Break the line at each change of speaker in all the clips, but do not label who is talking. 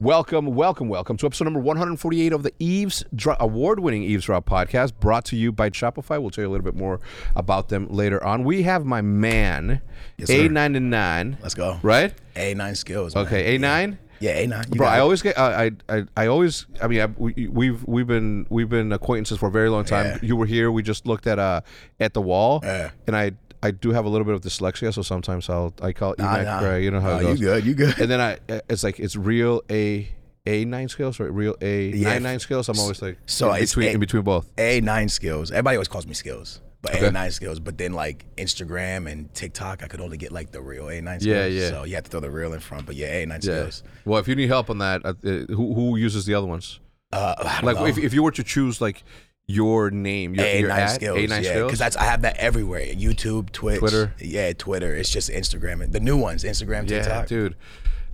Welcome, welcome, welcome to episode number 148 of the Eves award-winning Eavesdrop podcast, brought to you by Shopify. We'll tell you a little bit more about them later on. We have my man,
Yes, sir.
A99.
Let's go.
Right?
A9 skills. man.
Okay, A9.
Yeah, A9. You
Bro,
got
I
it.
always get. I, I, I, I always. I mean, I, we, we've we've been we've been acquaintances for a very long time.
Yeah.
You were here. We just looked at uh at the wall,
Yeah.
and I I do have a little bit of dyslexia, so sometimes I'll I call it
Nah,
Emac
nah.
Gray. You know how
Nah,
it goes.
Oh, You good? You good?
And then I uh, it's like it's real A A nine scales or real A
Yeah.
nine nine scales. I'm always like
So
in
it's
between
A-
in between both.
A9 skills. Everybody always calls me skills, but A9 skills. But then like Instagram and TikTok, I could only get like the real A9 skills.
Yeah, yeah.
So you have to throw the real in front. But yeah, A9 skills.
Well, if you need help on that, uh, uh, who who uses the other ones?
Uh, I don't
Like
know.
if, if you were to choose like your name, your,
A9
your at,
skills.
A9
yeah,
skills.
because that's I have that everywhere. YouTube, Twitch,
Twitter.
Yeah, Twitter. It's just Instagram. and The new ones, Instagram,
yeah,
TikTok.
dude.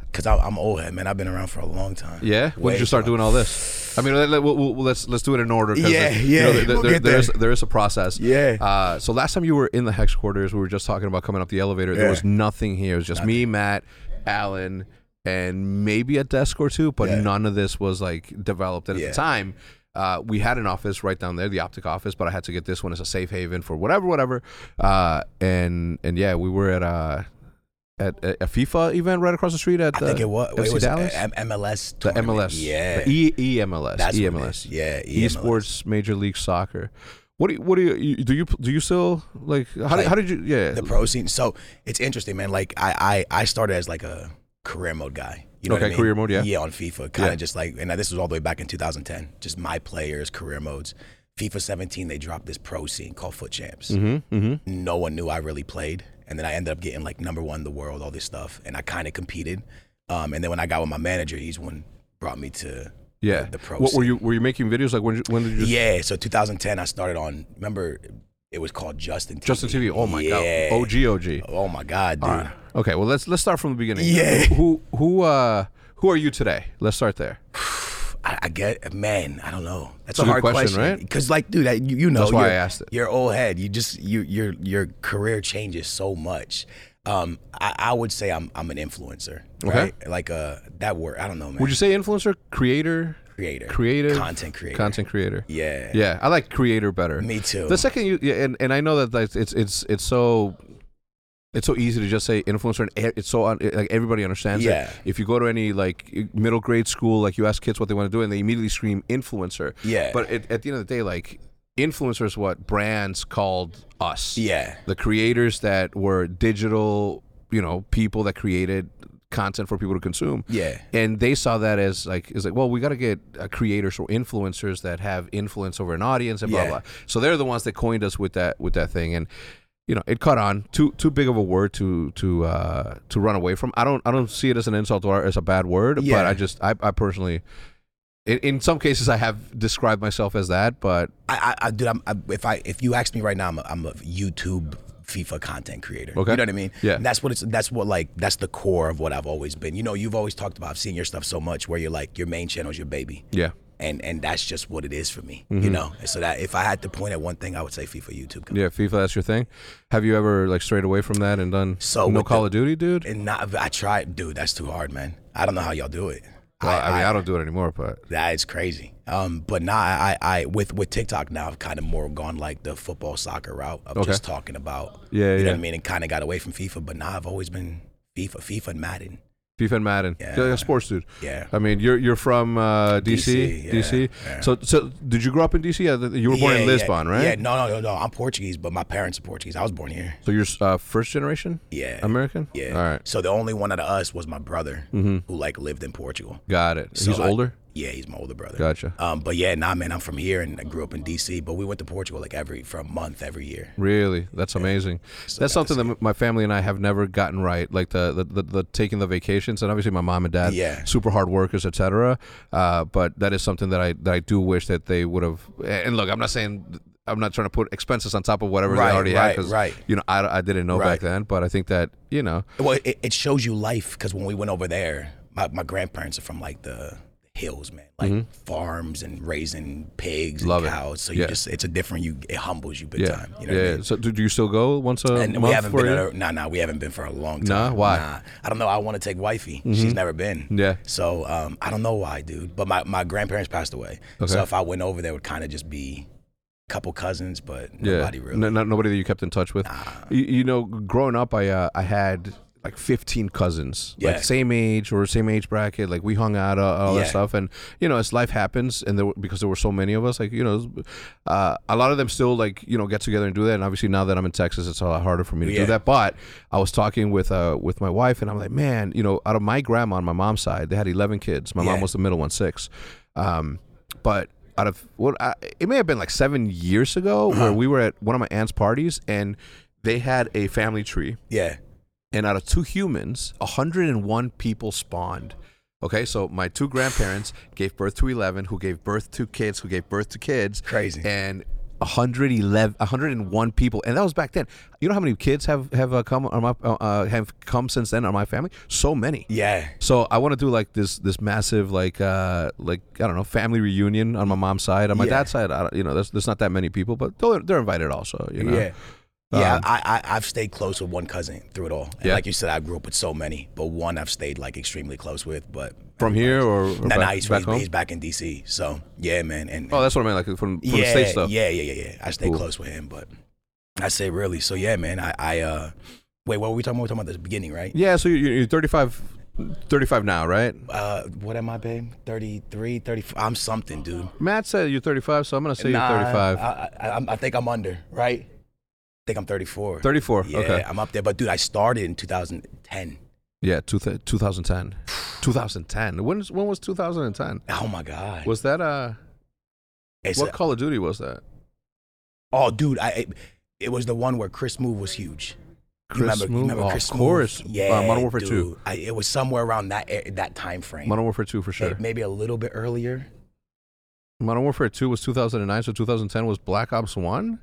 Because I'm old head, man. I've been around for a long time.
Yeah. When
Way
did you start
too long.
doing all this? I mean, let, let, we'll, we'll, let's let's do it in order. 'cause
Yeah,
there's-
yeah,
there-
we'll
there-
get
there's
there.
there is a process.
Yeah.
Uh, so last time you were in the hex quarters, we were just talking about coming up the elevator. There
Yeah.
was nothing here. It was just me, Matt, Alan, and maybe a desk or two, but
Yeah.
none of this was like developed. And
Yeah.
at the time. Uh, we had an office right down there, the optic office, but I had to get this one as a safe haven for whatever, whatever. Uh, and and yeah, we were at a at a a FIFA event right across the street at
I think
the
it was,
FC
it was
Dallas.
M- MLS.
The
tournament.
MLS.
Yeah.
The E- EMLS.
That's what it
EMLS.
is. Yeah, E EMLS.
Esports Major League Soccer. What do you, what do you- you do you do you still like how, did,
Like,
how did you yeah
the pro scene. So it's interesting, man. Like I, I, I started as like a career mode guy. You know what I
Okay,
mean?
career mode, yeah.
Yeah, on FIFA, kind of
Yeah.
just like, and this was all the way back in 2010. Just my players, career modes. FIFA 17, they dropped this pro scene called Foot Champs.
mm-hmm, mm-hmm.
No one knew I really played, and then I ended up getting like number one in the world, all this stuff, and I kind of competed. Um, and then when I got with my manager, he's one brought me to
yeah
the pro
what were
scene.
you were you making videos like when when did you
yeah. So 2010, I started on. Remember, it was called Justin. TV.
Justin TV oh my
Yeah.
god OG OG
Oh my god, dude.
okay well let's let's start from the beginning
Yeah.
who who uh who are you today let's start there
I, I get, man, I don't know. That's
a
a
good
hard
question,
question,
right?
Because, like, dude, I, you, you know,
That's why I
you're-
asked it.
You're old head. You just you your your career changes so much. Um, I, I would say I'm I'm an influencer,
Okay.
right? Like uh, that word. I don't know, man.
would you say influencer creator
creator,
creative
content creator,
content creator
Yeah.
Yeah, I like creator better.
Me too.
The second you yeah, and and I know that like, it's it's it's so it's so easy to just say influencer and e- it's so un, like everybody understands
Yeah.
it. If you go to any like e, middle grade school, like you ask kids what they want to do and they immediately scream influencer.
Yeah.
But it, at the end of the day, like influencer is what brands called us.
Yeah.
The creators that were digital, you know, people that created content for people to consume
Yeah.
and they saw that as like is like well we got to get uh, creators or influencers that have influence over an audience and blah
Yeah.
blah so they're the ones that coined us with that with that thing and you know it caught on too too big of a word to to uh to run away from i don't i don't see it as an insult or as a bad word but
Yeah.
i just i, I personally in, in some cases i have described myself as that but
I, I, I dude, I'm, I, if I if you ask me right now, I'm a, I'm a YouTube FIFA content creator.
Okay.
You know what I mean?
Yeah.
And that's what it's. That's what like. That's the core of what I've always been. You know, you've always talked about. I've seen your stuff so much where you're like your main channel's your baby.
yeah Mm-hmm.
And and that's just what it is for me. You know. And so that if I had to point at one thing, I would say FIFA YouTube.
yeah fifa that's your thing have you ever like strayed away from that and done
So
no
with
call
the-
of duty dude
And not. I tried, dude. That's too hard, man. I don't know how y'all do it.
Well, I, mean I don't do it anymore but
That is crazy. Um, but nah, I, I I- with with TikTok now, I've kind of more gone like the football soccer route of
Okay.
just talking about.
Yeah,
you know
yeah.
what I mean, and kind of got away from FIFA. But nah, I've always been FIFA, FIFA and Madden.
FIFA and Madden.
Yeah.
You're like a sports dude.
Yeah.
I mean, you're you're from uh, DC,
DC,
DC.
yeah, yeah.
So so did you grow up in DC? Yeah, th- you were born
Yeah,
in
yeah.
Lisbon, right?
Yeah, no, no, no, no. I'm Portuguese, but my parents are Portuguese. I was born here.
So you're uh, first generation
Yeah,
American.
yeah.
All right. Mm-hmm.
So the only one out of us was my brother, who like lived in Portugal.
Got it.
So
He's
I-
older.
Yeah, he's my older brother.
Gotcha.
Um, but yeah, nah, man, I'm from here and I grew up in DC. But we went to Portugal like every for a month every year.
Really, that's amazing. that's something that my family and I have never gotten right, like the the, the, the taking the vacations, and obviously my mom and dad,
Yeah.
super hard workers, etc. Uh, but that is something that I that I do wish that they would have. And look, I'm not saying I'm not trying to put expenses on top of whatever
Right,
they already had,
right,
'cause,
right.
You know, I, I didn't know back
Right.
then, but I think that you know,
Well, it, it shows you life because when we went over there, my, my grandparents are from like the hills, man, like farms and raising pigs
Mm-hmm. Love it.
and cows. So you
Yeah.
just it's a different you it humbles you big
Yeah.
time. You know
yeah.
what I mean?
So do, do you still go once a
And
month
we haven't
for
been.
you?
at a- Nah, nah, we haven't been for a long
Nah?
time.
Why? Mm-hmm.
Nah, I don't know. I want to take wifey. She's never been.
Yeah.
So um, I don't know why, dude. But my, my grandparents passed away.
Okay.
So if I went over there, it would kind of just be a couple cousins, but
yeah.
nobody really.
No- not nobody that you kept in touch with. You, you know, growing up, I uh, I had like 15 cousins,
Yeah.
like same age or same age bracket. Like we hung out, uh, all that
Yeah.
stuff. And you know, as life happens, and there were, because there were so many of us, like you know, uh, a lot of them still like you know get together and do that. And obviously now that I'm in Texas, it's a lot harder for me to do
Yeah.
that. But I was talking with uh, with my wife, and I'm like, man, you know, out of my grandma on my mom's side, they had 11 kids. My mom
Yeah.
was the middle one, six. Um, but out of what I, it may have been like seven years ago
Uh-huh.
where we were at one of my aunt's parties and they had a family tree
Yeah.
and out of two humans 101 people spawned okay so my two grandparents gave birth to 11 who gave birth to kids who gave birth to kids
Crazy.
and 111 101 people and that was back then you know how many kids have have uh, come on my uh, uh, have come since then on my family so many
Yeah.
so I want to do like this this massive like uh like I don't know family reunion on my mom's side on my
Yeah.
dad's side I don't, you know there's there's not that many people but they're, they're invited also you know
Yeah. Yeah, I, I I've stayed close with one cousin through it all. And
Um, Yeah.
like you said, I grew up with so many, but one I've stayed like extremely close with. But
from here or, or
nah,
back,
nah, he's,
back
he's,
home
he's back in DC. So yeah, man. And
oh that's what I mean like from, from
yeah,
the states stuff
Yeah, yeah, yeah, yeah. I stay close with him, but I say really. So yeah, man. I, I uh wait, what were we talking about? We were talking about the beginning, right?
yeah so you're, you're 35 35 now right
Uh what am I, babe? 33, 34. I'm something, dude.
Matt said you're 35 so I'm gonna say
Nah,
you're 35
I, I, I, I think I'm under, right? I think I'm 34.
34
Yeah,
okay
I'm up there. But dude, I started in 2010.
yeah two th- 2010 2010 when is- when was 2010
Oh my god.
was that uh
It's
what
a-
Call of Duty was that
oh, dude, I it, it was the one where Chris Move was huge. You remember, you
Move?
remember
Oh,
Chris
of course
Move? Yeah,
uh, Modern Warfare 2
dude. I, it was somewhere around that a- that time frame.
Modern Warfare 2 for
May-
sure
Maybe a little bit earlier.
Modern Warfare 2 was 2009, so 2010 was Black Ops 1.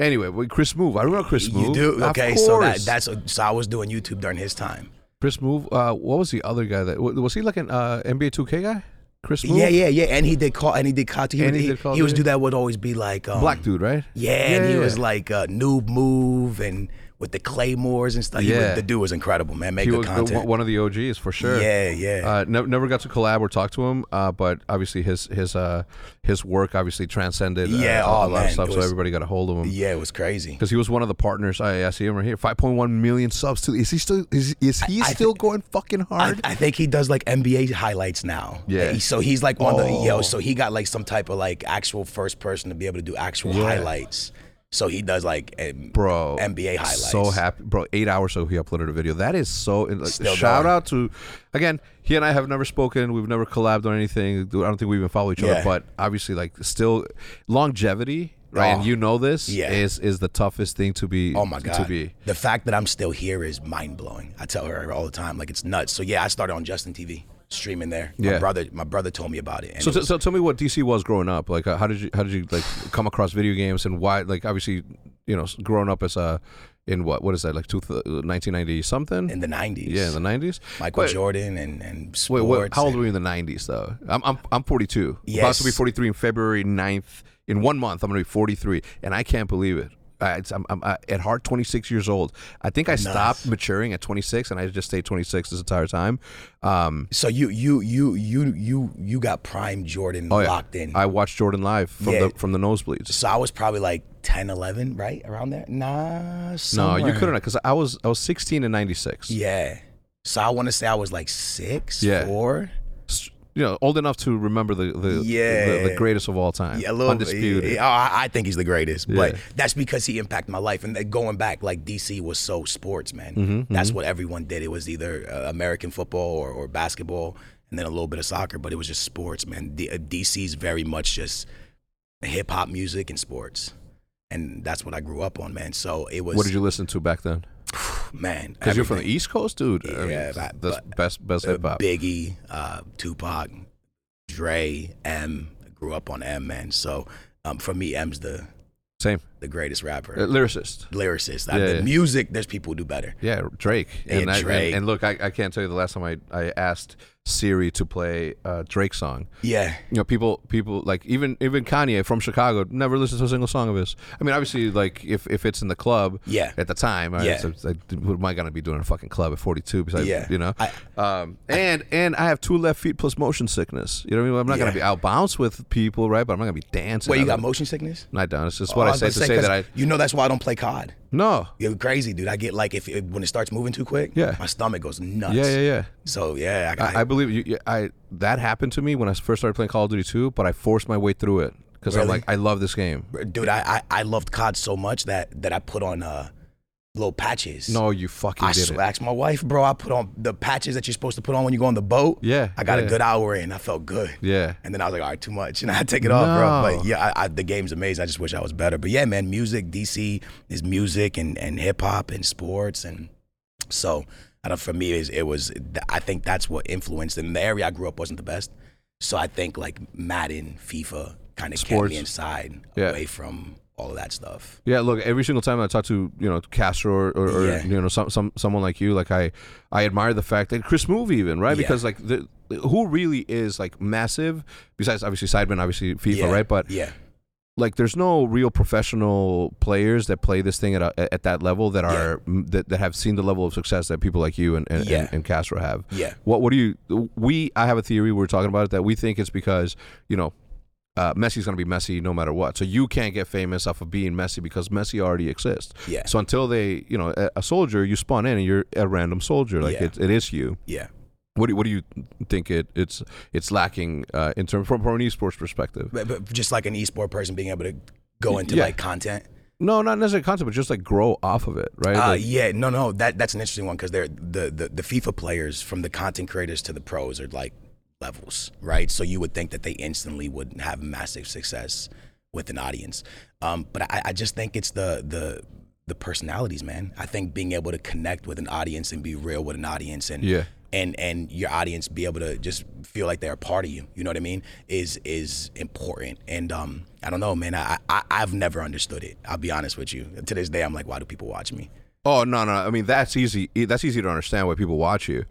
Anyway, wait, Chris Move. I remember Chris Move.
You do
Of
okay. So that,
course.
that's so I was doing YouTube during his time.
Chris Move. Uh, what was the other guy that wa- was he like an uh, NBA 2K guy? Chris Move.
Yeah, yeah, yeah. And he did call. And he did call. He,
And
would-
he
he,
did Call
he was
Duty.
do that would always be like um,
Black dude, right?
Yeah, and he
Yeah.
was like uh, noob move and with the claymores and stuff. He was-
Yeah.
the dude was incredible, man. Make
He
good
was the,
content.
one of the OGs for sure.
Yeah, yeah.
Uh, ne- never got to collab or talk to him, uh, but obviously his his uh, his work obviously transcended uh,
Yeah,
a,
oh,
a lot
man,
of stuff.
it
so
was-
everybody got a hold of him.
yeah, it was crazy.
Because he was one of the partners. I, I see him right here. Five point one million subs. To, is he still? Is, is he
thi-
still going fucking
I,
hard?
I think he does like NBA highlights now.
Yeah.
He- So he's like on
Oh.
the yo. So he got like some type of like actual first person to be able to do actual highlights. So he does like em-
bro
NBA highlights.
so happy bro eight hours ago he uploaded a video that is so like,
Still
shout
going.
out to again he and i have never spoken we've never collabed on anything i don't think we even follow each other
Yeah.
but obviously like still longevity right and
Oh,
you know this
yeah.
is is the toughest thing to be
Oh my god!
to be
The fact that I'm still here is mind blowing. I tell her all the time, like it's nuts. So yeah, I started on Justin TV streaming there.
Yeah.
My brother, my brother told me about it. And
so,
it
t-
was-
so tell me what dc was growing up like uh, how did you how did you like come across video games and why like obviously you know s- growing up as a in what what is that like two, 1990 something
in the '90s,
yeah in the 90s
Michael
Wait,
Jordan and and
Wait,
sports.
what, how old
and-
were you in the 90s, though? I'm, I'm, I'm 42. About to be
Yes.
43 in February 9th. In one month, I'm going to be 43. And I can't believe it. I, it's, I'm, I'm uh, at heart 26 years old. I think I stopped maturing at 26, and I just stayed 26 this entire time. Um,
so you you you you you you got prime Jordan
Oh, yeah.
locked in.
I watched Jordan live from
Yeah.
the from the nosebleeds.
so I was probably like 10, 11, right around there. Nah,
No,
somewhere.
you couldn't, because I was I was 16 and 96.
Yeah. So I want to say I was like six,
Yeah.
four.
S- You know, old enough to remember the the, the, the
Yeah.
greatest of all time.
Yeah, a little
Undisputed.
yeah, I, I think he's the greatest, but
Yeah.
that's because he impacted my life. And that going back, like DC was so sports, man.
Mm-hmm,
that's what everyone did. It was either uh, American football or, or basketball, and then a little bit of soccer. But it was just sports, man. D- uh, DC's very much just hip hop music and sports, and that's what I grew up on, man. So it was,
What did you listen to back then?
man?
Because you're from
everything.
the East Coast, dude. I mean,
Yeah, but-
that's best best hip hop.
Biggie, uh, Tupac, Dre, M. I grew up on M, man. So um, for me, M's the
Same.
the greatest rapper,
Uh, lyricist.
lyricist. I-
Yeah,
the
yeah.
music, there's people who do better.
Yeah, Drake.
Yeah,
and, I, and-
Drake.
and look, I, I can't tell you the last time I, I asked Siri to play a Drake song.
Yeah,
You know, people people like even even Kanye from Chicago never listened to a single song of his. I mean, obviously, like if, if it's in the club,
Yeah.
at the time, all right,
Yeah.
so it's like, what am I gonna be doing in a fucking club at 42? Besides,
Yeah.
you know,
I-
um, and and I have two left feet plus motion sickness. You know what I mean? I'm not gonna
Yeah.
be out bounce with people, right? But I'm not gonna be dancing.
Wait, you
I
got
don't-
motion sickness?
No, I don't. It's just what
Oh,
I say
was
to
about
say
'cause
that I
You know that's why I don't play COD.
no.
You're crazy, dude. I get like if it, when it starts moving too quick,
Yeah.
my stomach goes nuts.
Yeah, yeah, yeah.
So yeah, I, I,
I, I believe you, you. I that happened to me when I first started playing Call of Duty 2, but I forced my way through it because I'm
Really?
like, I love this game.
dude, I, I I loved COD so much that that I put on uh little patches.
No, you fucking
I
did
sw-
it.
asked my wife, bro. I put on the patches that you're supposed to put on when you go on the boat.
Yeah,
I got
yeah.
a good hour in. I felt good.
Yeah,
And then I was like, all right, too much. And I take it off, bro.
No.
But yeah, I, I, the game's amazing. I just wish I was better. But yeah, man, music, DC is music and, and hip hop and sports. And so I don't, for me, it was, it was, I think that's what influenced. And the area I grew up wasn't the best. So I think like Madden, FIFA kind of kept
Sports.
me inside
Yeah.
away from all of that stuff.
yeah. Look, every single time I talk to you know Castro or, or, or,
Yeah.
you know some, some someone like you, like I, I admire the fact that Chris Move even right
Yeah.
because like the, who really is like massive besides obviously Sidemen, obviously FIFA,
yeah.
right? But
yeah.
like there's no real professional players that play this thing at, a, at that level that are that, that have seen the level of success that people like you and and,
Yeah.
and, and Castro have.
Yeah.
What what do you we I have a theory we we're talking about it that we think it's because, you know, uh, Messi's going to be Messi no matter what. So you can't get famous off of being Messi because Messi already exists.
Yeah.
So until they, you know, a, a soldier, you spawn in and you're a random soldier. Like
Yeah.
it, it is you.
Yeah.
What do, what do you think it it's it's lacking uh, in terms from, from an esports perspective?
But, but just like an esport person being able to go into
Yeah.
like content.
No, not necessarily content, but just like grow off of it, right?
Uh,
Like-
yeah, no, no, that that's an interesting one because they're the, the the FIFA players from the content creators to the pros are like levels, right? So you would think that they instantly would have massive success with an audience, um, but I, I just think it's the the the personalities, man. I think being able to connect with an audience and be real with an audience and
Yeah.
and and your audience be able to just feel like they're a part of you. You know what I mean? Is is important. And um, I don't know, man. I, I I've never understood it. I'll be honest with you. To this day, I'm like, why do people watch me?
Oh no, no. I mean, that's easy. e- That's easy to understand why people watch you.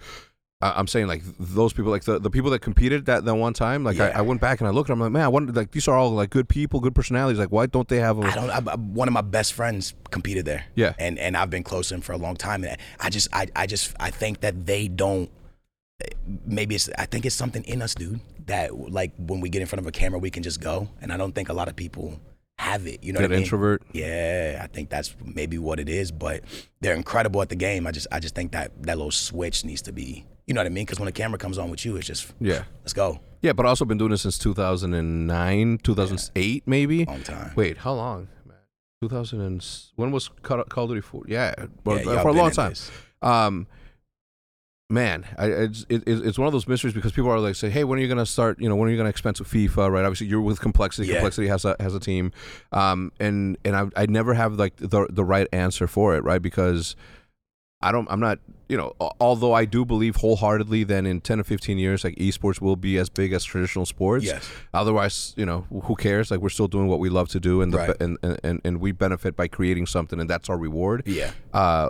I- I'm saying like th- those people, like the, the people that competed that that one time. Like I,
Yeah.
I went back and I looked, and I'm like, man, I wonder. Like these are all like good people, good personalities. Like why don't they have a?
I don't. I, I- one of my best friends competed there.
Yeah.
and and I've been close to him for a long time, and I just, I, I just, I think that they don't. Maybe it's. I think it's something in us, dude. That like when we get in front of a camera, we can just go, and I don't think a lot of people have it. You know
That
what I mean?
introvert.
Yeah, I think that's maybe what it is. But they're incredible at the game. I just, I just think that that little switch needs to be. You know what I mean? Because when the camera comes on with you, it's just
Yeah.
let's go.
Yeah, but also been doing this since 2009, 2008, maybe.
Long time.
Wait, how long? man? 2000 and s- when was Call Call of Duty 4? Yeah,
Yeah,
but, uh,
y'all
for a
been
long
at
time.
this.
um man I, it's, it, it's one of those mysteries because people are like say hey when are you going to start you know when are you going to expand to fifa right obviously you're with complexity
Yeah.
complexity has a has a team um and and i, I never have like the, the right answer for it right because I don't. I'm not. You know. al- Although I do believe wholeheartedly that in 10 or 15 years, like esports will be as big as traditional sports.
Yes.
Otherwise, you know, who cares? Like we're still doing what we love to do, and the,
Right.
and, and and and we benefit by creating something, and that's our reward
Yeah.
uh,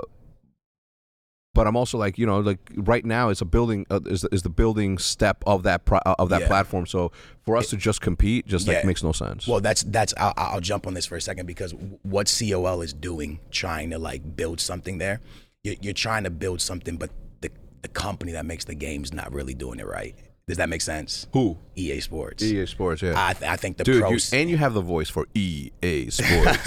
but I'm also like you know like right now it's a building uh, is, is the building step of that pro- uh, of that
Yeah.
platform. So for us to just compete just like
Yeah.
makes no sense.
Well, that's that's I'll, I'll jump on this for a second because what COL is doing, trying to like build something there, you're, you're trying to build something, but the the company that makes the game's not really doing it right. Does that make sense?
Who
EA Sports.
EA E Sports? Yeah,
I, th- I think the
dude, you,
pros.
and you have the voice for EA Sports.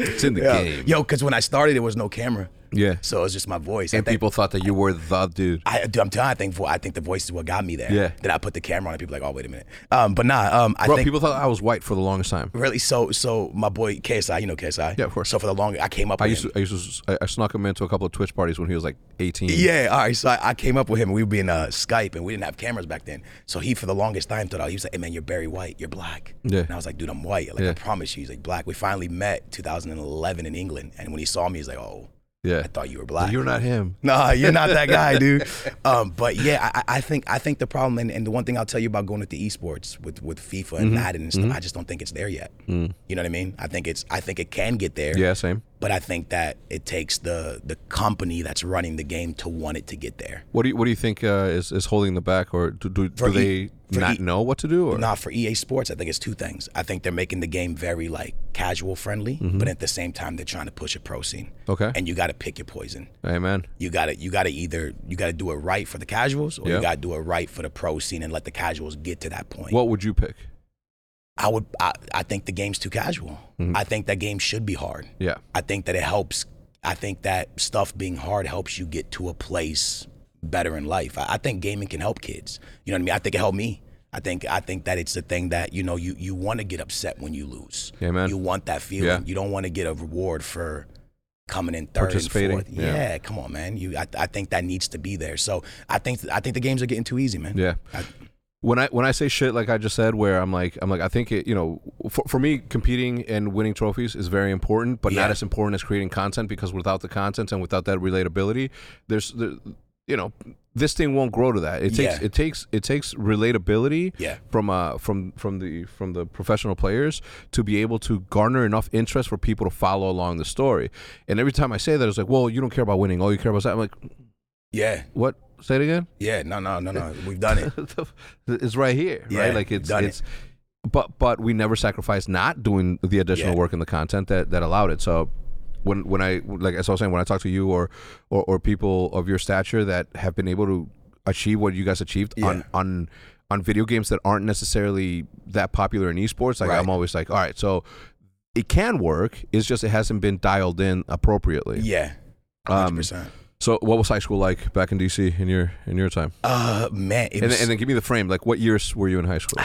it's in the
Yeah.
game.
Yo, because when I started, there was no camera,
Yeah,
so it was just my voice.
and
I think,
people thought that you were the dude.
I, dude, I'm telling. You, I think vo- I think the voice is what got me there.
Yeah.
Then I put the camera on, and people like, oh wait a minute. Um, but nah. Um, I
Bro,
think
people thought I was white for the longest time.
really. So so my boy KSI, you know KSI.
Yeah, of course.
So for the long, I came up.
I
with
used
him.
to, I used to, I, I snuck him into a couple of Twitch parties when he was like 18.
Yeah, all right. So I, I came up with him. We would be in uh, Skype, and we didn't have cameras back then. So he, for the longest time, thought I he was like, "Hey man, you're Barry White. You're black."
Yeah.
And I was like, "Dude, I'm white. Like
Yeah.
I promise you." He's like, "Black." We finally met 2011 in England, and when he saw me, he's like, "Oh,
Yeah.
I thought you were black.
You're not him.
Nah, you're not that guy, dude. Um, but yeah, I, I think I think the problem and, and the one thing I'll tell you about going into esports with with FIFA
Mm-hmm.
and Madden and stuff, I just don't think it's there yet.
Mm.
You know what I mean? I think it's I think it can get there.
Yeah, same.
But I think that it takes the the company that's running the game to want it to get there.
What do you What do you think uh, is is holding them back, or do do, do
For
they
E- for
not
E-
know what to do? Or
Nah, for EA Sports, I think it's two things. I think they're making the game very like casual friendly, but at the same time they're trying to push a pro scene.
Mm-hmm. okay,
And you got to pick your poison.
amen.
you got to you got to either you got to do it right for the casuals or
Yeah.
you got to do it right for the pro scene and let the casuals get to that point.
What would you pick?
I would I, I think the game's too casual.
Mm-hmm.
I think that game should be hard.
Yeah,
I think that it helps. I think that stuff being hard helps you get to a place better in life. I, I think gaming can help kids. You know what I mean? I think it helped me. I think I think that it's the thing that you know you you want to get upset when you lose.
Yeah, man.
You want that feeling.
Yeah.
You don't want to get a reward for coming in third and
Participating,
fourth.
yeah.
Yeah. come on, man. You I, I think that needs to be there. So I think I think the games are getting too easy, man.
yeah.
I-
when I when I say shit like I just said, where I'm like I'm like I think it, you know, for, for me competing and winning trophies is very important, but not
Yeah.
as important as creating content because without the content and without that relatability, there's there, you know this thing won't grow to that. It takes
Yeah.
it takes it takes relatability
Yeah.
from uh from from the from the professional players to be able to garner enough interest for people to follow along the story. And every time I say that, it's like, well, you don't care about winning. All you care about is that. I'm like,
Yeah.
what? Say it again.
Yeah. No. No. No. No. We've done it.
it's right here,
Yeah,
right? Like it's
done it.
it's. But but we never sacrificed not doing the additional
Yeah.
work in the content that that allowed it. So when when I like as I was saying when I talk to you or or, or people of your stature that have been able to achieve what you guys achieved on
Yeah.
on on video games that aren't necessarily that popular in esports, like
Right.
I'm always like, all right, so it can work. It's just it hasn't been dialed in appropriately.
Yeah.
Um,
100%.
So what was high school like back in DC in your in your time?
uh, man. It
And,
was,
then- and then give me the frame. Like what years were you in high school?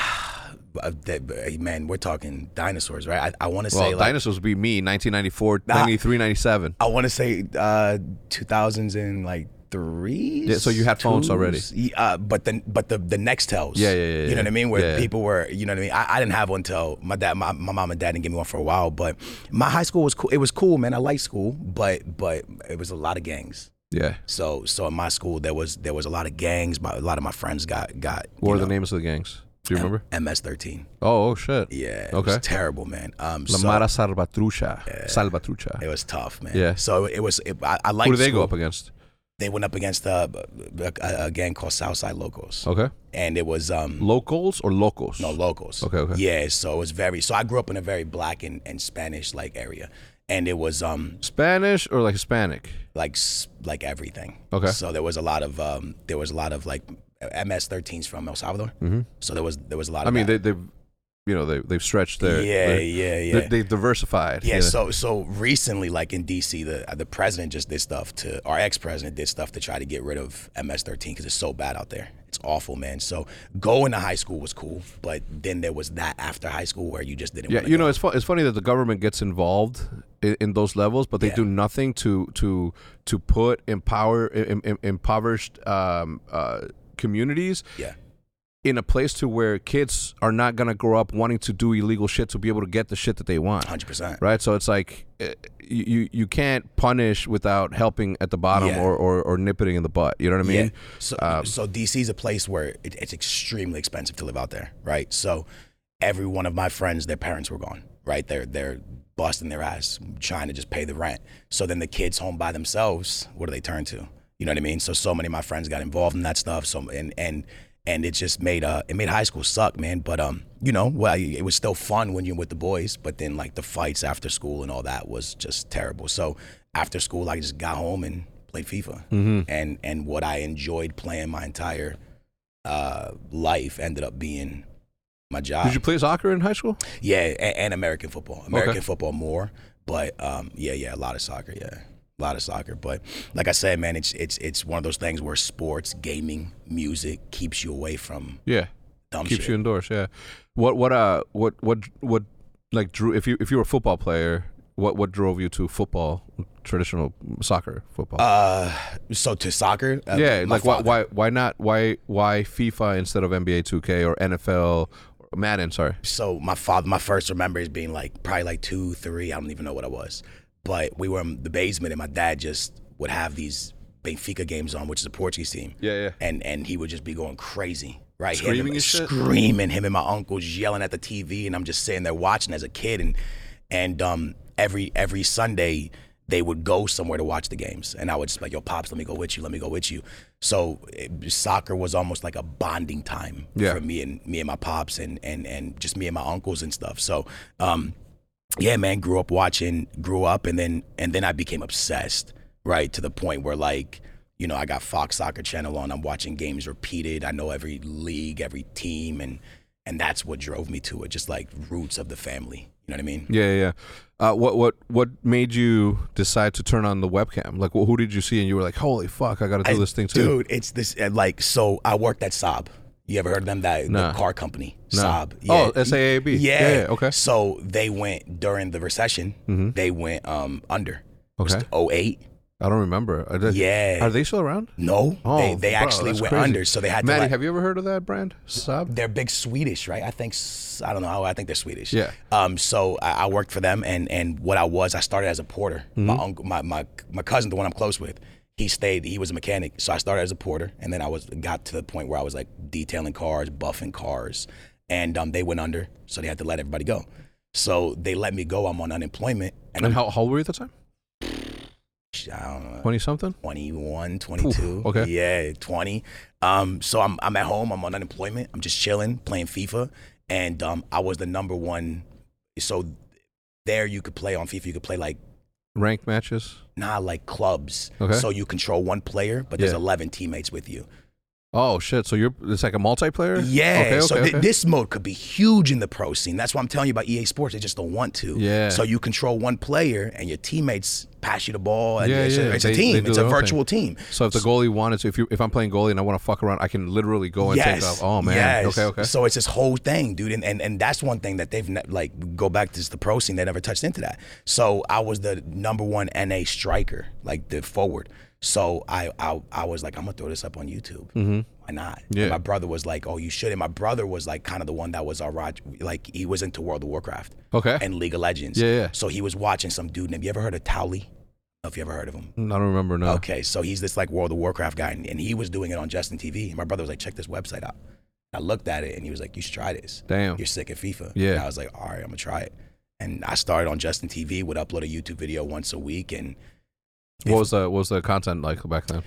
uh, that, but, hey, man, we're talking dinosaurs, right? I, I want to
Well,
say like
dinosaurs would be me, 1994,
Ah.
93, 97.
I want to say uh, 2000s and like threes.
Yeah, so you had phones already.
Ye- Uh, but then, but the the next tells.
Yeah, yeah, yeah,
You
yeah.
know what I mean? Where
Yeah, yeah.
people were, you know what I mean? I, I didn't have one till my dad, my, my mom and dad didn't give me one for a while. But my high school was cool. It was cool, man. I liked school, but but it was a lot of gangs.
Yeah.
So so in my school there was there was a lot of gangs. My, a lot of my friends got got.
What
you
were the
know,
names of the gangs? Do you remember?
MS thirteen.
Oh, oh shit.
Yeah. It
Okay.
Was terrible, man. Um.
La
so-
Mara Salvatrucha. Salvatrucha.
It was tough, man.
Yeah.
So it was. It, I, I liked.
Who do they
school.
go up against?
They went up against uh, a, a, a gang called Southside Locals,
Okay.
and it was um
Locals or locos?
no locals.
Okay, okay.
Yeah. So it was very. So I grew up in a very black and, and Spanish like area, and it was um
Spanish or like Hispanic?
like s- like everything.
Okay.
So there was a lot of um there was a lot of like MS13s from El Salvador. Mm-hmm. So there was there was a lot. Of
I mean,
that.
they, they've, you know, they, they've stretched their.
yeah,
their-
yeah, yeah.
they- They've diversified.
Yeah, so so recently, like in DC, the the president just did stuff to our ex president did stuff to try to get rid of MS-13 because it's so bad out there. It's awful, man. So going to high school was cool, but then there was that after high school where you just didn't.
Yeah,
wanna
you
go.
know, it's, fu- it's funny that the government gets involved in, in those levels, but they do nothing to to to put empower em, em- impoverished um, uh, communities
Yeah,
in a place to where kids are not gonna grow up wanting to do illegal shit to be able to get the shit that they want,
hundred percent.
right? So it's like eh, you you- you can't punish without helping at the bottom
Yeah.
or, or or nipping it in the butt. You know what I mean? Um,
Yeah. So, so DC is a place where it, it's extremely expensive to live out there, right? So, every one of my friends, their parents were gone, right? They're they're busting their ass trying to just pay the rent. So then the kids home by themselves, what do they turn to? You know what I mean? So so many of my friends got involved in that stuff. So and and and it just made uh it made high school suck, man. But um, you know, well, it was still fun when you're with the boys, but then like the fights after school and all that was just terrible. So after school, I just got home and played FIFA,
Mm-hmm.
and and what I enjoyed playing my entire uh life ended up being my job.
Did you play soccer in high school?
yeah, and, and American football, American football more, but um, yeah, yeah, a lot of soccer, yeah. A lot of soccer, but like I said, man, it's it's it's one of those things where sports, gaming, music keeps you away from
Yeah.
dumb
keeps
shit.
you indoors. Yeah. What what uh what what what like drew if you if you were a football player, what what drove you to football, traditional soccer football?
Uh, so to soccer, uh,
yeah,
my
like why,
father-
why why not why why FIFA instead of NBA 2K or NFL or Madden? Sorry.
So my father, my first remember is being like probably like two, three. I don't even know what I was, But we were in the basement, and my dad just would have these Benfica games on, which is a Portuguese team.
Yeah, yeah.
And and he would just be going crazy, right?
Screaming
him,
and shit?
screaming. Him and my uncles yelling at the TV, and I'm just sitting there watching as a kid. And and um, every every Sunday they would go somewhere to watch the games, and I would just be like, "Yo, pops, let me go with you. Let me go with you." So it, soccer was almost like a bonding time
Yeah.
for me and me and my pops, and and and just me and my uncles and stuff. So. um yeah, man, grew up watching, grew up, and then and then I became obsessed, right? To the point where like, you know, I got Fox Soccer Channel on, I'm watching games repeated. I know every league, every team, and and that's what drove me to it, just like roots of the family. You know what I mean?
Yeah, yeah. yeah. Uh, what what what made you decide to turn on the webcam? Like, wh- who did you see, and you were like, "Holy fuck, I got to do this thing too."
Dude, it's this uh, like so I worked at Saab. You ever heard of them? That
Nah.
the car company,
No.
Saab.
Oh, SAAB.
Yeah.
Yeah, yeah, okay. Mm-hmm.
So they went during the recession. They went um under. It was
Okay.
08.
I don't remember. I did-
Yeah.
Are they still around?
No,
Oh,
they, they
bro,
actually
that's
went
crazy.
under, so they had
Maddie,
to. Like,
have you ever heard of that brand? Saab.
they're big Swedish, right? I think s- I don't know. I think they're Swedish.
Yeah.
Um. So I, I worked for them, and and what I was, I started as a porter.
Mm-hmm.
My uncle, my my my cousin, the one I'm close with, he stayed. He was a mechanic, so I started as a porter, and then I was got to the point where I was like detailing cars, buffing cars, and um, they went under, so they had to let everybody go. So they let me go. I'm on unemployment,
And
and I'm
how, how old were you at the time?
I don't know,
Twenty something.
21, 22.
okay.
Yeah, 20. Um, so I'm, I'm at home. I'm on unemployment. I'm just chilling, playing FIFA. And um, I was the number one. So there you could play on FIFA. You could play like,
Ranked matches.
nah, like clubs.
Okay.
So you control one player, but there's
Yeah.
11 teammates with you.
Oh shit! So you're it's like a multiplayer.
Yeah.
Okay. Okay.
so thi-
okay.
this mode could be huge in the pro scene. That's why I'm telling you about EA Sports. They just don't want to.
Yeah.
So you control one player and your teammates pass you the ball. And
Yeah,
it's,
yeah,
A, it's
they-
a
they
team.
do
It's
their
a
own thing.
virtual team.
so if the goalie wanted to, if you if I'm playing goalie and I want to fuck around, I can literally go and take off. Oh man.
Yes.
Okay. Okay.
So it's this whole thing, dude, and and, and that's one thing that they've ne- like go back to the pro scene. They never touched into that. So I was the number one NA striker, like the forward. So I I, I was like, I'm gonna throw this up on YouTube. Mm-hmm. Why not? And
Yeah.
my brother was like, Oh, you should. And my brother was like, kind of the one that was our rod. Like he was into World of Warcraft
okay.
and League of Legends.
Yeah, yeah.
So he was watching some dude. Have you ever heard of Towley? I don't know if you ever heard of him.
I don't remember now.
Okay, so he's this like World of Warcraft guy, and, and he was doing it on Justin TV. And my brother was like, check this website out. I looked at it, and he was like, you should try this.
Damn.
You're sick at FIFA.
Yeah.
And I was like, all right, I'm gonna try it. And I started on Justin TV, would upload a YouTube video once a week, and
What was the what was the content like back then?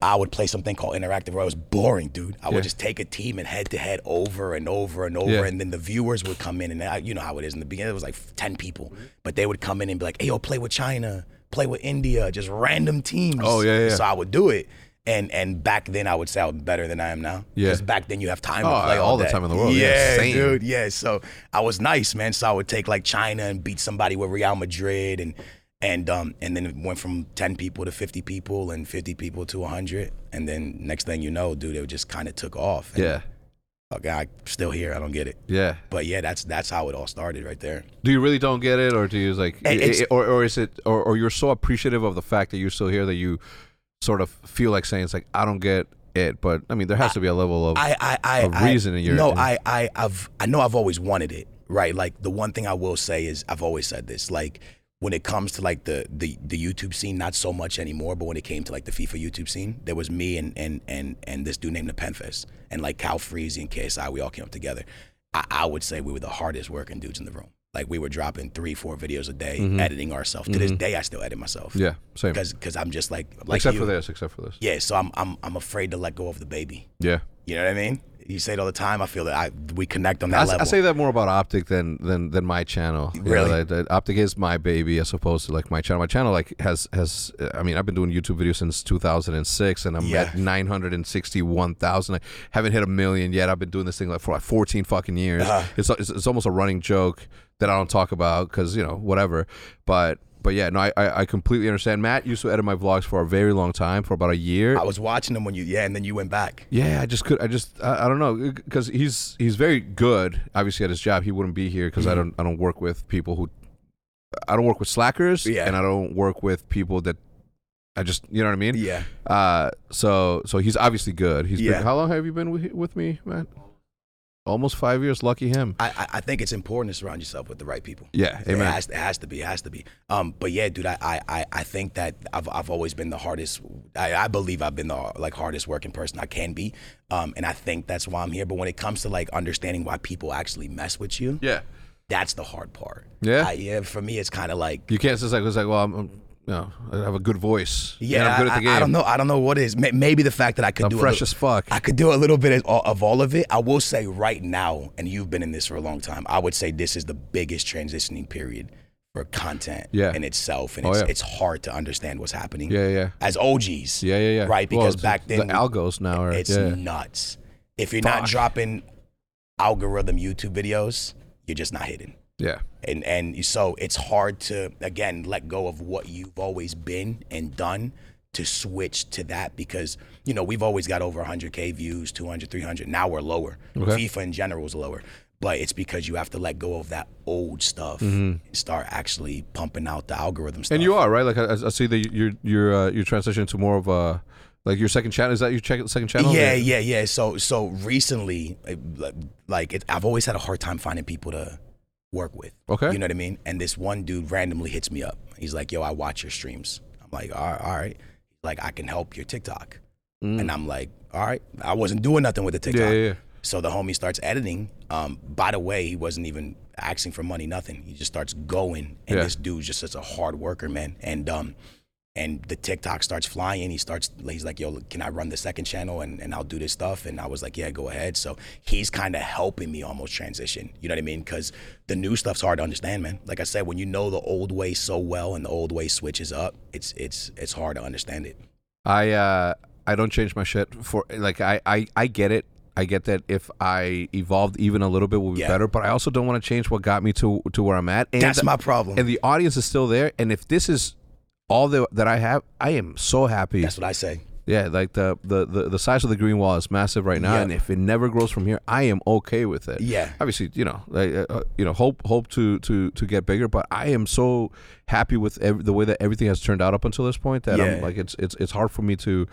I would play something called interactive. Royale. It was boring, dude. I
Yeah.
would just take a team and head to head over and over and over,
Yeah.
and then the viewers would come in, and I, you know how it is in the beginning. It was like ten people, but they would come in and be like, "Hey, yo, play with China, play with India, just random teams."
Oh, yeah, yeah.
So I would do it, and and back then I would sound better than I am now.
Yeah.
Because back then you have time
Oh,
to play all,
all the
day.
time in the world. Yeah, same.
dude dude. Yeah. So I was nice, man. So I would take like China and beat somebody with Real Madrid, and and um and then it went from ten people to fifty people, and fifty people to hundred, and then next thing you know, dude, it just kind of took off. And,
Yeah.
Okay, I still here. I don't get it.
Yeah.
But yeah, that's that's how it all started right there.
Do you really don't get it, or do you like,
I- it's-
i- or or is it, or or you're so appreciative of the fact that you're still here that you sort of feel like saying it's like I don't get it, but I mean there has to be a level of
I, I, I,
of
I-
reason in your-
no.
in-
I, I, I've, I know I've always wanted it, right? Like the one thing I will say is I've always said this, like when it comes to like the the, the YouTube scene, not so much anymore, but when it came to like the FIFA YouTube scene, there was me and and and and this dude named Nepenfest and like Cal Freezy and KSI, we all came up together. I, I would say we were the hardest working dudes in the room. Like we were dropping three, four videos a day, editing ourselves. To this day, I still edit myself.
Mm-hmm. yeah, same.
Because, because I'm just like, like
except
you.
for this, except for this.
Yeah, so I'm, I'm, I'm afraid to let go of the baby.
Yeah,
You know what I mean? You say it all the time. I feel that I we connect on that
I, s-
level.
I say that more about Optic than than than my channel. You know,
Really?
like, that Optic is my baby as opposed to like my channel. My channel like has has uh, I mean I've been doing YouTube videos since 2006, and I'm
Yeah.
at 961,000. I haven't hit a million yet. I've been doing this thing like for like 14 fucking years.
Uh-huh.
It's, it's it's almost a running joke that I don't talk about because you know whatever, but. But yeah, no, I, I I completely understand. Matt used to edit my vlogs for a very long time, for about a year.
I was watching them when you yeah, and then you went back.
Yeah, I just could. I just I, I don't know because he's he's very good. Obviously, at his job, he wouldn't be here
Mm-hmm.
because I don't I don't work with people who I don't work with slackers.
Yeah.
and I don't work with people that I just you know what I mean.
Yeah,
Uh, so so he's obviously good. He's been,
Yeah.
how long have you been with, with me, Matt? Almost five years. Lucky him.
I, I- I think it's important to surround yourself with the right people.
Yeah,
It
amen.
has, it has to be. It has to be. Um, but yeah, dude, I, I, I- I think that I've, I've always been the hardest. I, I believe I've been the like hardest working person I can be. Um, and I think that's why I'm here. But when it comes to like understanding why people actually mess with you,
Yeah.
that's the hard part.
Yeah.
I, yeah. For me, it's kind of like
You can't just like it's like well I'm, I'm you know, I have a good voice. and
Yeah,
I'm good
I-
at the game.
I, I don't know. I don't know what it is. May- Maybe the fact that I could
I'm
do
fresh
a little,
as fuck.
I could do a little bit of all, of all of it. I will say right now, and you've been in this for a long time. I would say this is the biggest transitioning period for content
Yeah.
in itself, and
Oh,
it's,
yeah.
it's hard to understand what's happening.
Yeah, yeah.
As OGs,
Yeah, yeah, yeah.
right?
Well,
Because
it's-
back then
the algos now are
it's
yeah.
nuts. If you're
Fuck.
not dropping algorithm YouTube videos, you're just not hitting
yeah.
and and so it's hard to again let go of what you've always been and done to switch to that because you know we've always got over 100k views 200 300 now we're lower
Okay.
fifa in general is lower but it's because you have to let go of that old stuff and start actually pumping out the algorithm
Mm-hmm.
stuff
And you are right. Like I, I see that you're you're uh, you're transitioning to more of a like your second channel. Is that your check, second channel?
yeah yeah yeah so so recently it- like it, i've always had a hard time finding people to work with
Okay.
You know what I mean? And this one dude randomly hits me up. He's like, yo, I watch your streams. I'm like, all right, all right. Like, I can help your TikTok.
Mm.
And I'm like, all right. I wasn't doing nothing with the TikTok.
yeah, yeah.
So the homie starts editing. Um, by the way, he wasn't even asking for money, nothing. He just starts going. And
Yeah.
this dude's just such a hard worker, man. And um, and the TikTok starts flying. He starts, he's like, yo, can I run the second channel and, and I'll do this stuff? And I was like, yeah, go ahead. So he's kind of helping me almost transition. You know what I mean? Because the new stuff's hard to understand, man. Like I said, when you know the old way so well and the old way switches up, it's it's it's hard to understand it.
I uh I don't change my shit for like I I I get it. I get that if I evolved even a little bit would be
Yeah.
better, but I also don't want to change what got me to to where I'm at. And
That's
the-
my problem.
And the audience is still there. And if this is all the, that I have, I am so happy.
That's what I say.
Yeah, like the, the the the size of the green wall is massive right now,
Yeah.
and if it never grows from here, I am okay with it.
Yeah.
obviously, you know, like, uh, uh, you know, hope hope to to to get bigger, but I am so happy with ev- the way that everything has turned out up until this point that I'm
Yeah.
like it's it's it's hard for me to.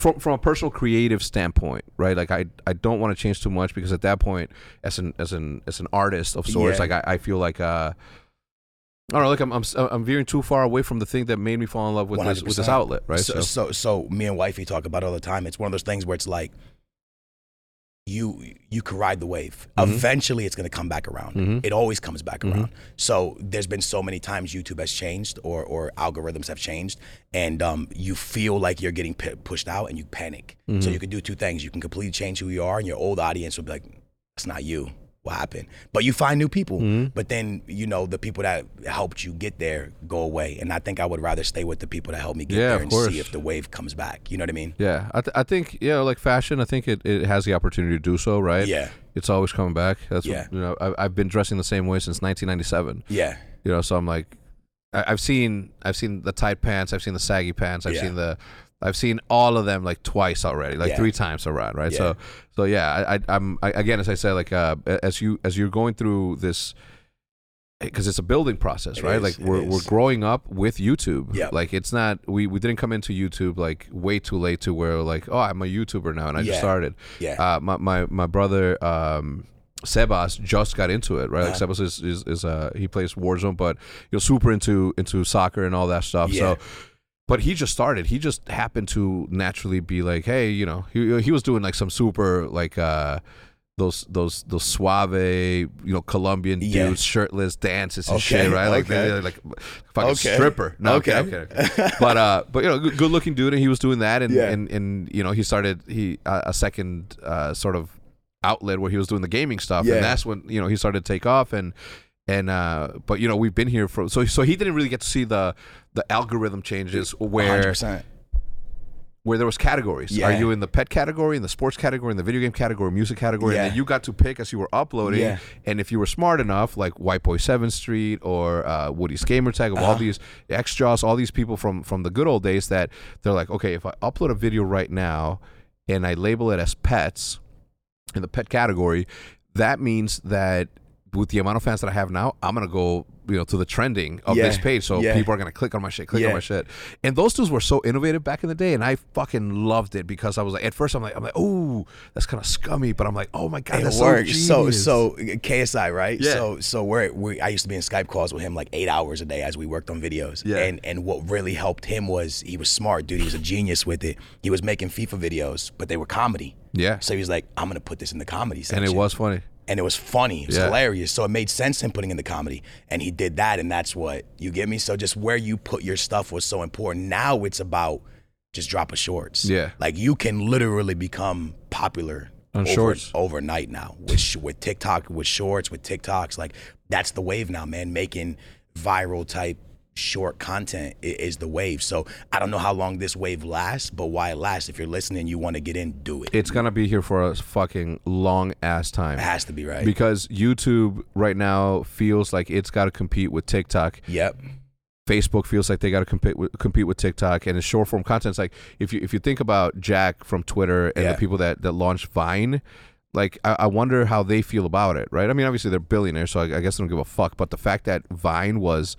From, from a personal creative standpoint, right? Like I, I don't want to change too much because at that point, as an as an as an artist of sorts,
Yeah.
like I, I feel like uh, I don't know, like I'm, I'm I'm veering too far away from the thing that made me fall in love with this with this
100%.
outlet, right?
So, so, so me and wifey talk about it all the time. It's one of those things where it's like you you can ride the wave.
Mm-hmm.
Eventually, it's going to come back around. It always comes back around. So there's been so many times YouTube has changed or or algorithms have changed, and um, you feel like you're getting p- pushed out and you panic.
Mm-hmm.
So you can do two things. You can completely change who you are, and your old audience will be like, "That's not you." What happened? But you find new people.
Mm-hmm.
But then you know the people that helped you get there go away, and I think I would rather stay with the people that helped me get
Yeah,
there
of
and
course.
see if the wave comes back. You know what I mean?
Yeah, I, th- I think yeah, like fashion. I think it, it has the opportunity to do so, right?
Yeah.
it's always coming back. That's
Yeah.
what, you know. I, I've been dressing the same way since 1997.
Yeah.
You know, so I'm like, I, I've seen I've seen the tight pants, I've seen the saggy pants, I've
Yeah.
seen the, I've seen all of them like twice already, like
Yeah.
three times around, right?
Yeah.
So so yeah, I, I I'm I, again as I said, like uh, as you as you're going through this. Because it's a building process,
It
right?
is,
like
it
we're, we're
is.
growing up with YouTube.
Yeah.
Like it's not we, we didn't come into YouTube like way too late to where like oh I'm a YouTuber now and I just
Yeah.
started.
Yeah.
Uh, my, my my brother um, Sebas just got into it, right? Like
Uh-huh.
Sebas is is, is uh, he plays Warzone, but you know super into into soccer and all that stuff.
Yeah.
So. But he just started. He just happened to naturally be like, hey, you know, he he was doing like some super like uh those those those suave, you know, Colombian
Yeah.
dudes shirtless dances and
Okay,
shit, right? Like
okay.
they're like fucking
Okay.
stripper. No, okay, okay.
Okay.
okay. but uh, but you know, good, good looking dude, and he was doing that, and
Yeah.
and, and you know, he started he uh, a second uh, sort of outlet where he was doing the gaming stuff,
Yeah.
and that's when you know he started to take off, and and uh, but you know, we've been here for so so he didn't really get to see the the algorithm changes where
100%.
where there was categories. Are
Yeah.
you in the pet category, in the sports category, in the video game category, music category? And
Yeah.
then you got to pick as you were uploading.
Yeah.
And if you were smart enough, like White Boy 7th Street or uh, Woody's Gamer Tag, of all
Uh-huh.
these X Jaws, all these people from from the good old days that they're like, okay, if I upload a video right now and I label it as pets in the pet category, that means that with the amount of fans that I have now, I'm gonna go, you know, to the trending of
Yeah.
this page. So
Yeah.
people are gonna click on my shit, click on
Yeah.
my shit. And those dudes were so innovative back in the day, and I fucking loved it because I was like, at first I'm like, I'm like, oh, that's kind of scummy, but I'm like, oh my god,
It
that's
works. So,
genius."
so KSI, right?
Yeah.
So so we're we I used to be in Skype calls with him like eight hours a day as we worked on videos.
Yeah.
And and what really helped him was he was smart, dude. He was a genius with it. He was making FIFA videos, but they were comedy.
Yeah.
So he was like, I'm gonna put this in the comedy section.
and it was funny.
and it was funny. It was
Yeah.
hilarious. So it made sense him putting in the comedy. And he did that and that's what you get me? So just where you put your stuff was so important. Now it's about just drop a shorts.
Yeah.
Like you can literally become popular
On shorts.
overnight now with sh- with TikTok, with shorts, with TikToks. Like that's the wave now, man. Making viral type short content i- is the wave. So I don't know how long this wave lasts, but why it lasts. If you're listening, you want to get in, do it. It
It's gonna be here for a fucking long ass time.
has to be right.
Because YouTube right now feels like it's got to compete with TikTok.
yep.
Facebook feels like they got to compete with, compete with TikTok and the short form content. It's like if you if you think about Jack from Twitter and
Yeah.
the people that that launched Vine, like I, I wonder how they feel about it, right? I mean, obviously they're billionaires, so I, I guess they don't give a fuck. But the fact that Vine was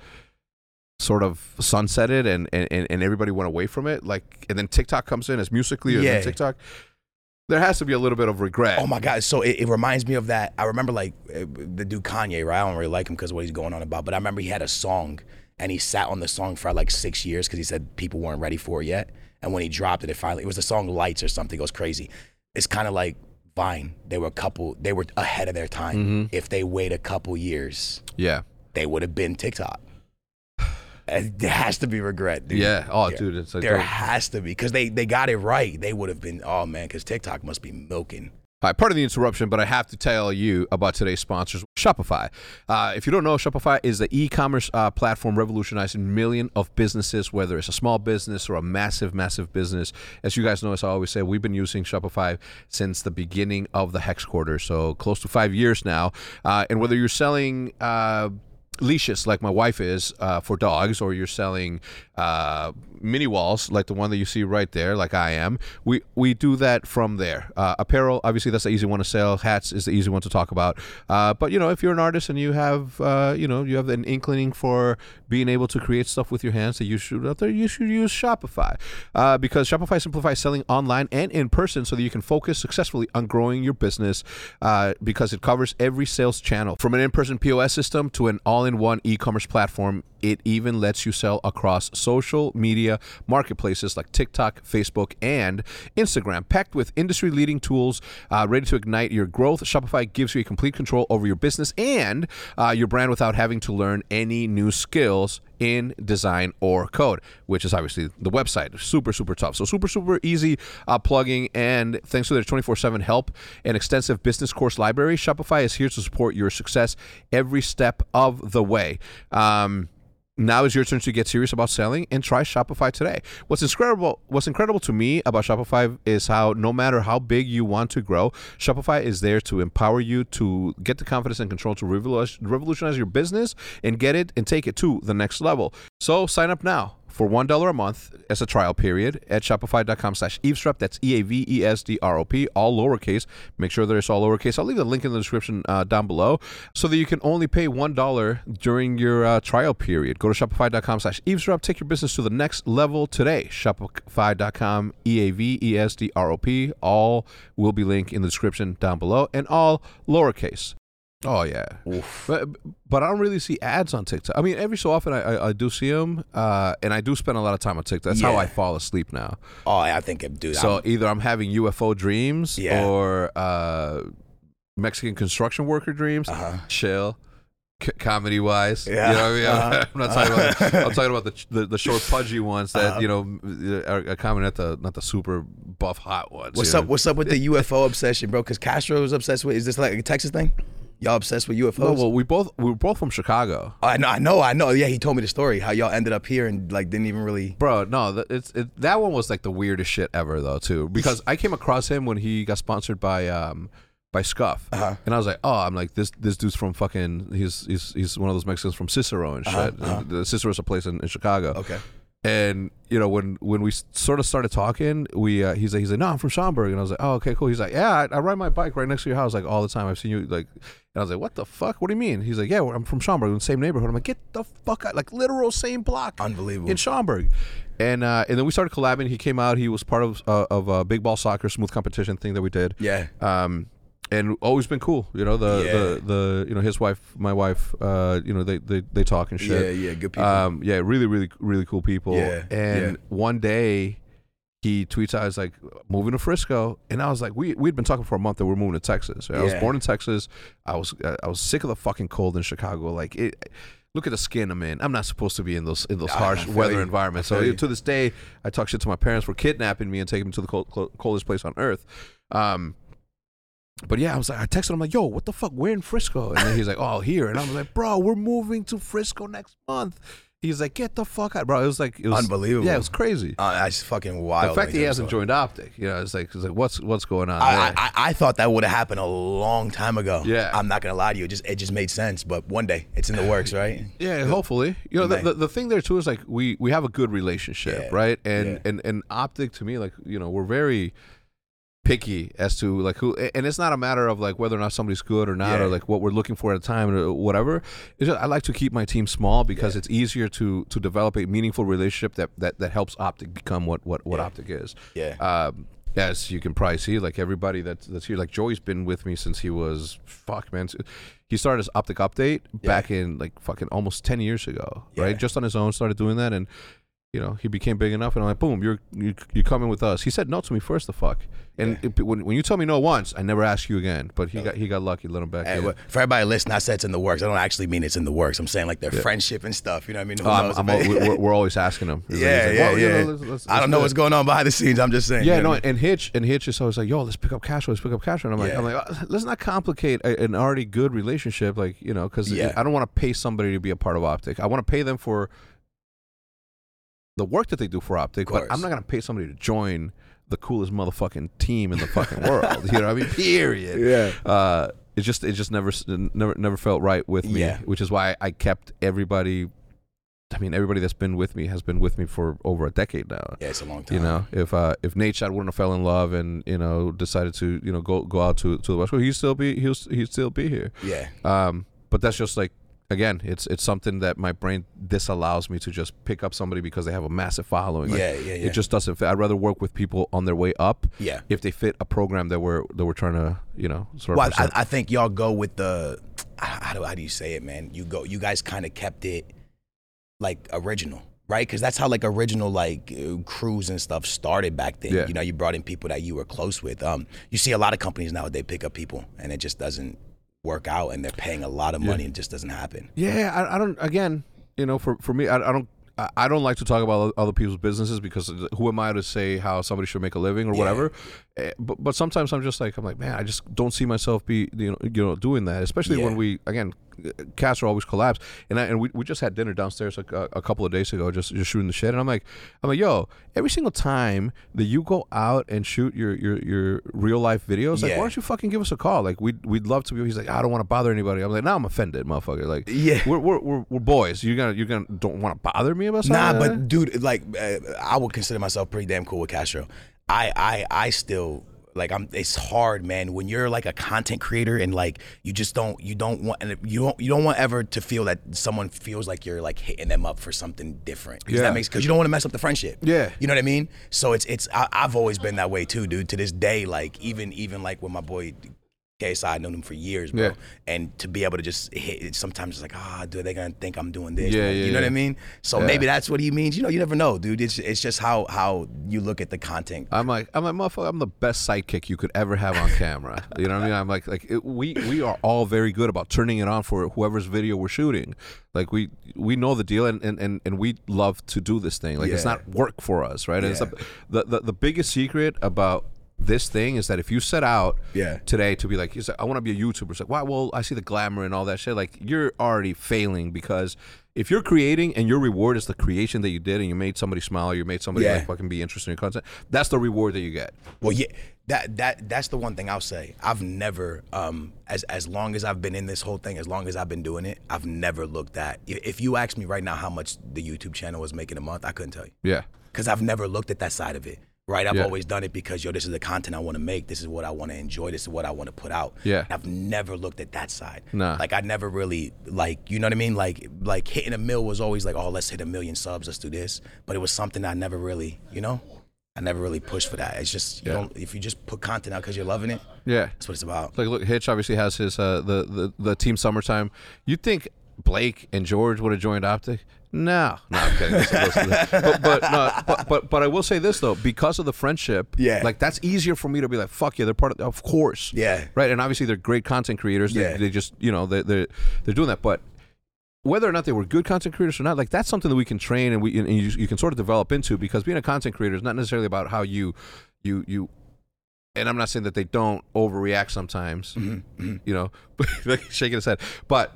sort of sunsetted and and and and everybody went away from it, like, and then TikTok comes in as musically and
Yeah.
then TikTok, there has to be a little bit of regret.
Oh my God! So it, it reminds me of that. I remember like uh, the dude Kanye, right? I don't really like him because what he's going on about, but I remember he had a song, and he sat on the song for like six years because he said people weren't ready for it yet. And when he dropped it, it finally it was the song Lights or something. It was crazy. It's kind of like Vine. They were a couple. They were ahead of their time. If they wait a couple years,
yeah.
they would have been TikTok. It has to be regret, dude.
Yeah. Oh,
There-
dude, it's like
there has to be because they they got it right. They would have been. Oh man, because TikTok must be milking.
All right, part of the interruption, but I have to tell you about today's sponsors, Shopify. Uh, if you don't know, Shopify is the e-commerce uh, platform revolutionizing million of businesses, whether it's a small business or a massive, massive business. As you guys know, as I always say, we've been using Shopify since the beginning of the hex quarter, so close to five years now. Uh, and whether you're selling uh, leashes like my wife is uh, for dogs or you're selling uh, mini walls like the one that you see right there like i am we we do that from there uh, apparel obviously that's the easy one to sell hats is the easy one to talk about uh, but you know if you're an artist and you have uh, you know you have an inkling for being able to create stuff with your hands that you should out there you should use shopify uh, because shopify simplifies selling online and in person so that you can focus successfully on growing your business uh, because it covers every sales channel from an in-person pos system to an all-in-one e-commerce platform it even lets you sell across social media marketplaces like tiktok facebook and instagram packed with industry-leading tools uh, ready to ignite your growth shopify gives you complete control over your business and uh, your brand without having to learn any new skills in design or code, which is obviously the website. Super, super tough. So, super, super easy uh, plugging. And thanks to their 24 7 help and extensive business course library, Shopify is here to support your success every step of the way. Um, now is your turn to get serious about selling and try Shopify today. What's incredible what's incredible to me about Shopify is how no matter how big you want to grow, Shopify is there to empower you to get the confidence and control to revolu- revolutionize your business and get it and take it to the next level. So sign up now for $1 a month as a trial period at shopify.com slash eavesdrop that's E e-a-v-e-s-d-r-o-p all lowercase make sure that it's all lowercase i'll leave the link in the description uh, down below so that you can only pay $1 during your uh, trial period go to shopify.com slash eavesdrop take your business to the next level today shopify.com E e-a-v-e-s-d-r-o-p all will be linked in the description down below and all lowercase Oh yeah, but but I don't really see ads on TikTok. I mean, every so often I I, I do see them, uh, and I do spend a lot of time on TikTok. That's how
Yeah.
I fall asleep now.
Oh, I think, dude.
So
I'm,
either I'm having UFO dreams
Yeah.
or uh, Mexican construction worker dreams.
Uh-huh.
Chill, c- comedy wise.
Yeah.
You know what I mean? I'm-
Uh-huh.
I'm not talking about. I'm talking about the ch- the, the short pudgy ones that
Uh-huh.
you know are, are common, not the not the super buff hot ones.
what's
you know?
up? What's up with the UFO obsession, bro? Because Castro's obsessed with. Is this like a Texas thing? Y'all obsessed with UFOs?
Well, well, we both we were both from Chicago.
I know, I know, I know. Yeah, he told me the story how y'all ended up here and like didn't even really.
Bro, no, th- it's it, that one was like the weirdest shit ever though too because I came across him when he got sponsored by um by Scuff
Uh-huh.
and I was like oh I'm like this this dude's from fucking he's he's he's one of those Mexicans from Cicero and shit. And the- Cicero's a place in, in Chicago.
Uh-huh, Okay.
and you know when when we s- sort of started talking we uh, he's like he's like no i'm from schaumburg and i was like oh okay cool he's like yeah I, I ride my bike right next to your house like all the time i've seen you like and i was like what the fuck what do you mean he's like yeah well, i'm from schaumburg in the same neighborhood i'm like get the fuck out like literal same block
Unbelievable.
in schaumburg and uh, and then we started collabing he came out he was part of uh, of a big ball soccer smooth competition thing that we did
Yeah.
um, and always been cool. You know the,
Yeah.
the the you know his wife, my wife. Uh, you know they, they they talk and shit.
Yeah, yeah, good people.
Um, yeah, really, really, really cool people.
Yeah,
And
yeah.
one day, he tweets out, "I was like moving to Frisco," and I was like, "We we'd been talking for a month that we're moving to Texas." I was
Yeah.
born in Texas. I was uh, I I was sick of the fucking cold in Chicago. Like it. Look at the skin I'm in. I'm not supposed to be in those in those harsh
feel
weather
you.
environments.
I
So
feel you.
to this day, I talk shit to my parents for kidnapping me and taking me to the cold, clo- coldest place on earth. Um, but yeah, I was like, I texted him like, "Yo, what the fuck? We're in Frisco," and then he's like, "Oh, here," and I was like, "Bro, we're moving to Frisco next month." He's like, "Get the fuck out, bro!" It was like, it was
Unbelievable.
Yeah, it was crazy.
Uh, that's fucking
the
wild.
fact that he
Like,
hasn't joined Optic, you know, it's like, it's like, what's what's going on?
I,
there?
I, I thought that would have happened a long time ago.
Yeah.
I'm not gonna lie to you. It just it just made sense. But one day, it's in the works, right?
Yeah, hopefully. You know, the,
Right.
the, the thing there too is like we we have a good relationship,
Yeah.
right? And
Yeah.
and and optic to me, like you know, we're very picky as to like who, and it's not a matter of like whether or not somebody's good or not,
Yeah.
or like what we're looking for at a time or whatever. It's just, I like to keep my team small because it's easier to to develop a meaningful relationship that that that helps optic become what what what optic is.
Yeah.
Um, as you can probably see, like everybody that's that's here, like Joey's been with me since he was fuck man. He started his optic update back in like fucking almost ten years ago,
Yeah.
right? Just on his own, started doing that, and you know he became big enough, and I'm like, boom, you're you, you're coming with us. He said no to me first, the fuck, and it- when when you tell me no once, I never ask you again. But he got he got lucky, let him back
Hey,
in.
well, for everybody listening, I said it's in the works. I don't actually mean it's in the works. I'm saying like their friendship and stuff. You know what I mean? Who
Oh, I'm-
knows
I'm
if
al-
it-
we're, we're always asking him. He's like- he's
yeah,
like,
yeah,
well, you know,
yeah.
let's- let's-
I don't
let's
know
do
what's going on behind the scenes. I'm just saying.
Yeah,
you know
no,
what I mean?
and Hitch and Hitch is always like, "Yo, let's pick up Castro, let's pick up Castro," and I'm like,
Yeah.
"I'm like, "Oh, let's not complicate a, an already good relationship, like you know, because
Yeah.
I don't want to pay somebody to be a part of Optic. I want to pay them for the work that they do for Optic,
Of
but I'm
course.
not gonna pay somebody to join the coolest motherfucking team in the fucking world. You know what I mean? Period.
Yeah.
Uh, it just it just never s- never never felt right with me,
Yeah.
which is why I kept everybody. I mean, everybody that's been with me has been with me for over a decade now.
yeah, it's a long time.
You know, if uh, if Nate Shad wouldn't have fell in love and you know decided to you know go go out to to the West Coast, he'd still be he'll he'd still be here.
Yeah.
Um, but that's just like again, it's it's something that my brain disallows me to just pick up somebody because they have a massive following. Like,
Yeah, yeah, yeah.
It just doesn't fit. I'd rather work with people on their way up.
Yeah.
If they fit a program that we're that we're trying to you know sort
Well,
of.
I,
present.
I think y'all go with the how do, how do you say it, man? You go, you guys kind of kept it like original, right? Because that's how like original like uh, crews and stuff started back then.
Yeah.
You know, you brought in people that you were close with. Um, you see a lot of companies now they pick up people and it just doesn't work out, and they're paying a lot of money and it just doesn't happen.
Yeah, I, I don't. Again, you know, for for me, I, I don't. I- I don't like to talk about other people's businesses because who am I to say how somebody should make a living or whatever? Eh, But but sometimes I'm just like I'm like man, I just don't see myself be you know you know doing that, especially when
Yeah.
we again, Castro always collapsed, and I, and we, we just had dinner downstairs like uh, a, a couple of days ago, just just shooting the shit, and I'm like I'm like yo, every single time that you go out and shoot your your, your real life videos, like
Yeah.
why don't you fucking give us a call? Like we'd we'd love to be. He's like I don't want to bother anybody. I'm like now I'm offended, motherfucker. Like
Yeah.
we're we're, we're, we're boys. You're gonna you're gonna don't want to bother me about something.
Nah,
like
but dude, like uh, I would consider myself pretty damn cool with Castro. I I I still like I'm. It's hard, man. When you're like a content creator and like you just don't you don't want and you don't you don't want ever to feel that someone feels like you're like hitting them up for something different. 'Cause
Yeah.
that makes because you don't want to mess up the friendship.
Yeah.
You know what I mean? So it's it's I, I've always been that way too, dude. To this day, like even even like with my boy KSI, I've known him for years, bro.
Yeah.
And to be able to just hit it sometimes it's like, ah, dude, they're gonna think I'm doing this.
Yeah,
Like,
yeah,
you know what
yeah.
I mean? So maybe that's what he means. You know, you never know, dude. It's it's just how how you look at the content.
I'm like I'm like motherfucker. I'm the best sidekick you could ever have on camera. you know what I mean? I'm like like it, we we are all very good about turning it on for whoever's video we're shooting. Like we we know the deal and and and, and we love to do this thing. Like it's
Yeah.
not work for us, right? And it's
Yeah.
the, the the the biggest secret about this thing is that if you set out
Yeah.
today to be like, he's like, I want to be a YouTuber. It's like, why? Well, I see the glamour and all that shit. Like, you're already failing because if you're creating and your reward is the creation that you did and you made somebody smile, you made somebody
Yeah.
like fucking be interested in your content, that's the reward that you get.
Well, yeah, that that that's the one thing I'll say. I've never, um, as as long as I've been in this whole thing, as long as I've been doing it, I've never looked at. If if you asked me right now how much the YouTube channel was making a month, I couldn't tell you
Yeah.
because I've never looked at that side of it. Right, I've
Yeah.
always done it because yo, this is the content I want to make. This is what I want to enjoy. This is what I want to put out.
Yeah.
And I've never looked at that side.
Nah.
like I never really like you know what I mean. Like like hitting a mill was always like, oh, let's hit a million subs, let's do this. But it was something I never really, you know, I never really pushed for that. It's just you
Yeah.
don't if you just put content out because you're loving it,
Yeah.
that's what it's about.
It's like look, Hitch obviously has his uh, the, the the team summertime. You think Blake and George would have joined Optic? No, no, I'm kidding. That's- that's- but but, no, but but but I will say this though, because of the friendship,
Yeah.
like that's easier for me to be like, fuck yeah, they're part of, of course,
Yeah.
right. And obviously they're great content creators. They,
Yeah.
they just you know they they they're doing that, but. Whether or not they were good content creators or not, like that's something that we can train and we and you, you can sort of develop into because being a content creator is not necessarily about how you you you and I'm not saying that they don't overreact sometimes,
Mm-hmm,
you know, like shaking his head, but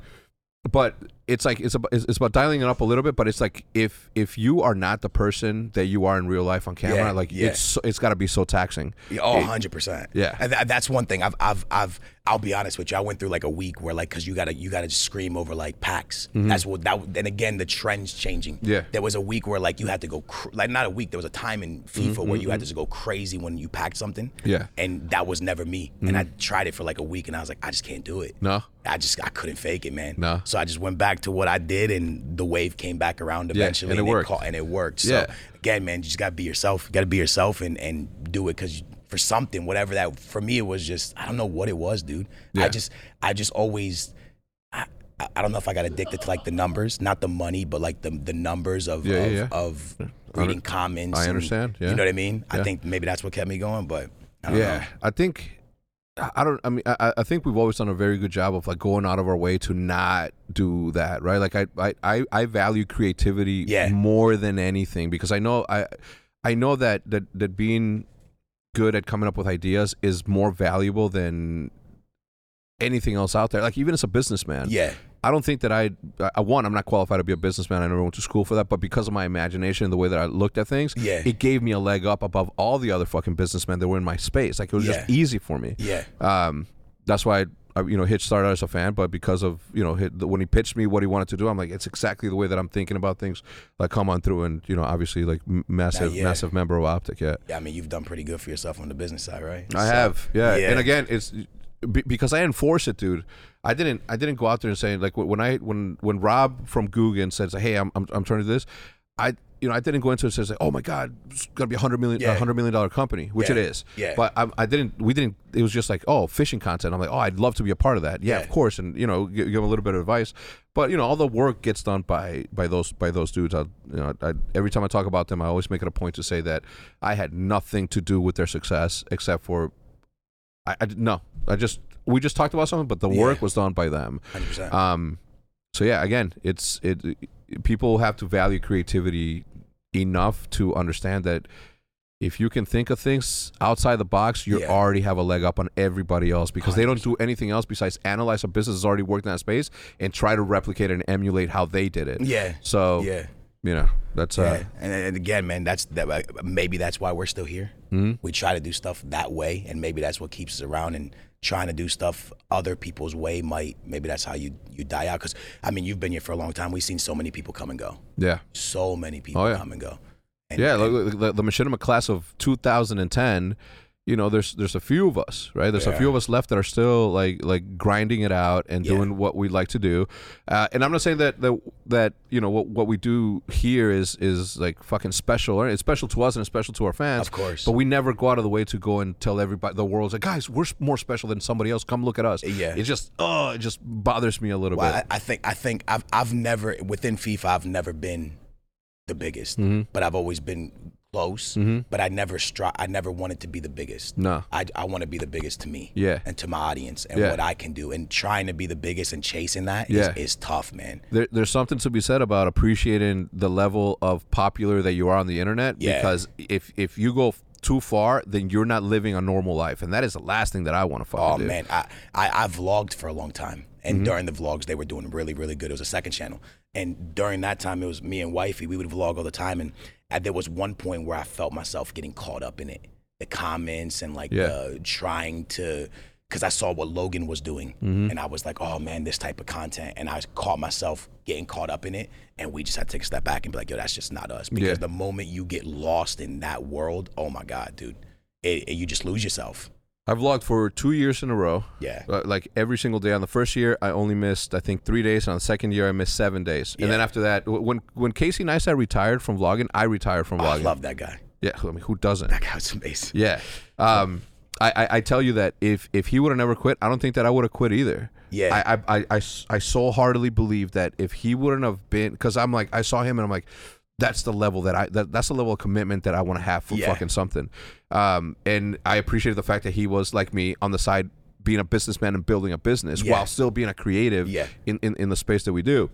but it's like it's about it's it's about dialing it up a little bit, but it's like if if you are not the person that you are in real life on camera,
Yeah,
like
yeah.
it's so, it's got to be so taxing.
Yeah, oh, 100%.
Yeah.
And tha- that's one thing I've I've I've I'll be honest with you. I went through like a week where like cuz you got to you got to scream over like packs. That's what that and again the trends changing.
Mm-hmm. Yeah.
There was a week where like you had to go cr- like not a week, there was a time in FIFA where you had to just go crazy when you packed something.
Mm-hmm, Yeah. Mm-hmm.
And that was never me. And I tried it for like a week and I was like I just can't do it.
No.
I just I couldn't fake it, man.
No.
So I just went back to what I did and the wave came back around eventually
and it worked.
caught- and it worked. So
Yeah.
again, man, you just gotta be yourself. You gotta be yourself and and do it because for something, whatever that for me, it was just I don't know what it was, dude.
Yeah.
I just I just always. I- I I don't know if I got addicted to like the numbers, not the money, but like the the numbers of
Yeah,
of,
yeah, yeah.
of reading comments.
I
and-
understand, yeah.
You know what I mean? I
Yeah.
think maybe that's what kept me going, but I don't know.
Yeah, I think I I don't. I mean, I, I- I think we've always done a very good job of like going out of our way to not do that, right? Like I I I, I value creativity
Yeah.
more than anything because I know I I know that that that being good at coming up with ideas is more valuable than anything else out there. Like even as a businessman,
Yeah.
I don't think that I, I one, I'm not qualified to be a businessman. I never went to school for that, but because of my imagination and the way that I looked at things,
Yeah.
it gave me a leg up above all the other fucking businessmen that were in my space. Like it was just
Yeah.
easy for me.
Yeah.
Um, that's why I, you know Hitch started out as a fan, but because of you know hit, when he pitched me what he wanted to do, I'm like it's exactly the way that I'm thinking about things. Like come on through, and you know obviously like m- massive,
yet.
massive member of Optic. Yeah,
Yeah, I mean, you've done pretty good for yourself on the business side, right?
I
So,
have, yeah.
yeah.
And again, it's be- because I enforce it, dude. I didn't, I didn't go out there and say like when I when when Rob from Guggen says, "Hey, I'm I'm, I'm turning to this," I you know I didn't go into it and say, like, "Oh my God, it's gonna be a hundred million, a
Yeah.
hundred million dollar company," which
Yeah.
it is.
Yeah.
But I, I didn't, we didn't. It was just like, oh, fishing content. I'm like, oh, I'd love to be a part of that. Yeah,
Yeah.
of course. And you know, give, give them a little bit of advice. But you know, all the work gets done by by those by those dudes. I, you know, I, every time I talk about them, I always make it a point to say that I had nothing to do with their success except for I, I d- no, I just we just talked about something, but the work
Yeah.
was done by them.
100%.
Um, so yeah, again, it's it. People have to value creativity enough to understand that if you can think of things outside the box, you
Yeah.
already have a leg up on everybody else because they don't do anything else besides analyze a business that's already worked in that space and try to replicate and emulate how they did it.
yeah.
So
Yeah.
you know that's uh,
Yeah. And, and again, man, that's that. Maybe that's why we're still here.
Mm-hmm.
mm We try to do stuff that way, and maybe that's what keeps us around. And trying to do stuff other people's way might maybe that's how you you die out. Because I mean, you've been here for a long time. We've seen so many people come and go.
yeah.
So many people
Oh, yeah.
come and go. And,
Yeah,
and-
look, the, the machinima class of 2010. You know, there's there's a few of us, right? There's a
Yeah.
few of us left that are still like like grinding it out and
Yeah.
doing what we like to do. Uh, and I'm not saying that that that you know what what we do here is is like fucking special. Or it's special to us and it's special to our fans,
Of course.
But we never go out of the way to go and tell everybody the world's like, guys, we're s- more special than somebody else. Come look at us.
Yeah.
It just oh, it just bothers me a little
Well,
bit.
I, I think I think I've I've never within FIFA I've never been the biggest,
Mm-hmm.
but I've always been close. But I never stri- I never wanted to be the biggest.
No.
I, I want to be the biggest to me.
Yeah.
And to my audience and
Yeah.
what I can do and trying to be the biggest and chasing that is
Yeah.
is tough, man.
there, there's something to be said about appreciating the level of popular that you are on the internet
Yeah.
because if if you go too far, then you're not living a normal life, and that is the last thing that I want to fucking
Oh
do.
man, I, I I vlogged for a long time, and
Mm-hmm.
during the vlogs they were doing really really good. It was a second channel, and during that time it was me and wifey. We would vlog all the time, and uh there was one point where I felt myself getting caught up in it, the comments and like
Yeah.
the trying to. Because I saw what Logan was doing,
Mm-hmm.
and I was like, "Oh man, this type of content," and I caught myself getting caught up in it, and we just had to take a step back and be like, "Yo, that's just not us." Because
Yeah.
the moment you get lost in that world, oh my god, dude, it, it- you just lose yourself.
I've vlogged for two years in a row.
Yeah.
Uh, Like every single day. On the first year, I only missed, I think, three days. And on the second year, I missed seven days. And then
Yeah.
after that, w- when when Casey Neistat retired from vlogging, I retired from
I
vlogging.
love that guy.
yeah, I mean, who doesn't?
That guy was amazing.
Yeah. Um, I, I, I tell you that if, if he would have never quit, I don't think that I would have quit either.
Yeah.
I, I, I- I s- I wholeheartedly believe that if he wouldn't have been, because I'm like, I saw him and I'm like, that's the level that I, that, that's the level of commitment that I want to have for
Yeah.
fucking something. Um, and I appreciated the fact that he was like me on the side, being a businessman and building a business
Yeah.
while still being a creative
Yeah.
in, in, in the space that we do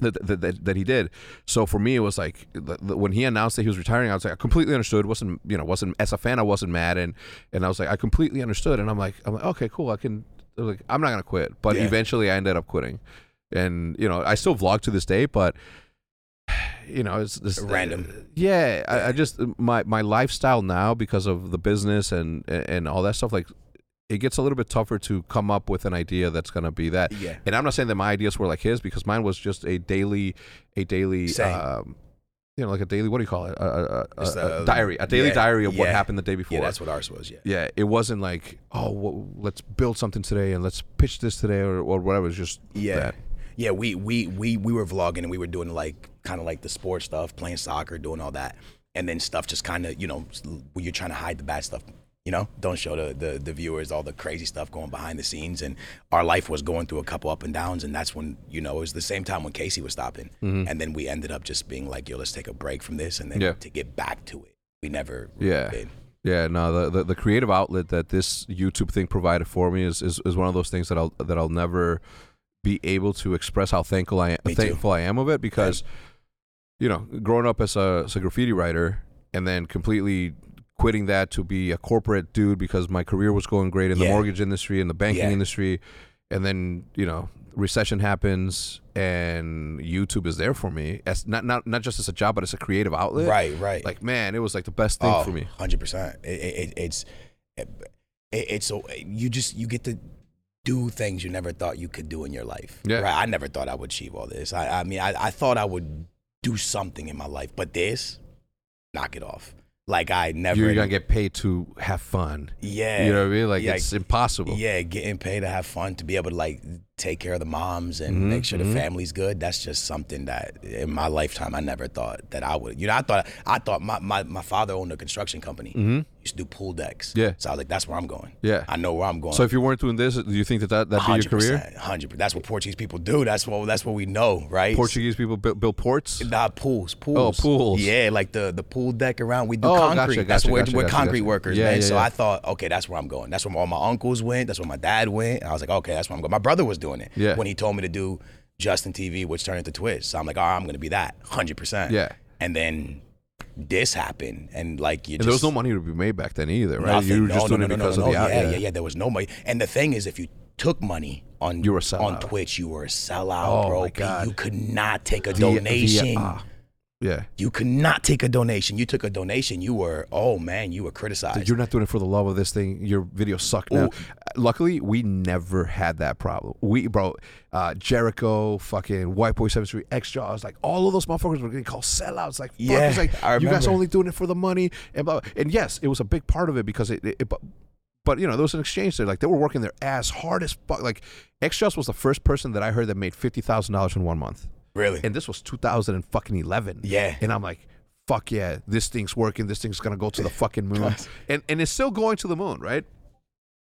that, that, that, that he did. So for me, it was like th- th- when he announced that he was retiring, I was like, I completely understood. wasn't you know wasn't as a fan, I wasn't mad, and and I was like, I completely understood, and I'm like, I'm like, okay, cool, I can. I was like, I'm not gonna quit, but
Yeah.
eventually I ended up quitting, and you know, I still vlog to this day, but you know, it's just
Random.
yeah, I, I just my my lifestyle now because of the business and and all that stuff like. It gets a little bit tougher to come up with an idea that's going to be that.
Yeah.
And I'm not saying that my ideas were like his because mine was just a daily, a daily,
Same.
um, you know, like a daily. What do you call it? A, a, a,
It's
a,
the-
diary, a daily
uh, yeah,
diary of what
yeah.
happened the day before.
Yeah, that's what ours was. Yeah.
Yeah, it wasn't like oh, well, let's build something today and let's pitch this today or, or whatever. It's just
Yeah.
that.
Yeah, we we we we were vlogging and we were doing like kind of like the sports stuff, playing soccer, doing all that. And then stuff just kind of, you know, s- when you're trying to hide the bad stuff, you know, don't show the, the the viewers all the crazy stuff going behind the scenes and our life was going through a couple up and downs and that's when, you know, it was the same time when Casey was stopping. And then we ended up just being like, yo, let's take a break from this and then
Mm-hmm. Yeah.
to get back to it. We never really
Yeah.
did.
Yeah, no, the, the the creative outlet that this YouTube thing provided for me is, is, is one of those things that I'll that I'll never be able to express how thankful I am,
Me too.
thankful I am of it because you know, growing up as a, as a graffiti writer and then completely quitting that to be a corporate dude because my career was going great in the
Yeah.
mortgage industry and the banking
Yeah.
industry and then, you know, recession happens and YouTube is there for me as not not not just as a job but as a creative outlet.
Right, right.
Like man, it was like the best thing for me.
Oh, Hundred percent. It, it, it- it's it, it's so you just you get to do things you never thought you could do in your life.
Yeah.
Right. I never thought I would achieve all this. I, I mean, I, I thought I would do something in my life, but this, knock it off. Like I never.
you're gonna get paid to have fun.
yeah.
You know what I mean? Like
Yeah,
it's impossible.
yeah, getting paid to have fun, to be able to like take care of the moms and
Mm-hmm,
make sure the family's good. That's just something that in my lifetime I never thought that I would. You know, I thought I thought my my, my father owned a construction company. Used to do pool decks.
Mm-hmm. Yeah.
So I was like, that's where I'm going.
Yeah.
I know where I'm going.
So if you weren't doing this, do you think that, that that'd be your career?
Hundred. percent. That's what Portuguese people do. That's what that's what we know, right?
Portuguese people build, build ports.
Nah, pools, pools.
Oh, pools.
Yeah, like the the pool deck around. We do
Oh, gotcha,
concrete.
gotcha,
that's where
gotcha,
we're
gotcha,
concrete
gotcha.
workers,
Yeah,
man.
yeah,
so
yeah.
I thought, okay, that's where I'm going. That's where all my uncles went. That's where my dad went. I was like, okay, that's where I'm going. My brother was doing it
Yeah.
when he told me to do Justin TV, which turned into Twitch. So I'm like, all right, I'm going to be that, hundred percent.
Yeah.
And then this happened, and like you
And
just
there was no money to be made back then either, right?
Nothing.
You were
No,
just
no,
doing
no,
it
no, no,
because
no.
of the out-
yeah, yeah, yeah, There was no money. And the thing is, if you took money on
You were a sellout.
on Twitch, you were a sellout,
Oh,
bro.
my God.
You could not take
The-
a
the,
donation.
ah. yeah.
You could not take a donation. You took a donation. You were, oh man, you were criticized.
You're not doing it for the love of this thing. Your videos suck now.
Ooh.
Luckily, we never had that problem. We, bro, uh, Jericho, fucking White Boy 73, X Jaws, like all of those motherfuckers were getting called sellouts. Like, fuck,
Yeah,
it's like
I
you guys
remember.
only doing it for the money. And blah, blah. and yes, it was a big part of it because it, it, it but, but you know, there was an exchange there. Like, they were working their ass hard as fuck. Like, X Jaws was the first person that I heard that made $50,000 in one month
really?
and this was 2011
Yeah.
and i'm like fuck yeah this thing's working this thing's gonna go to the fucking moon and and it's still going to the moon right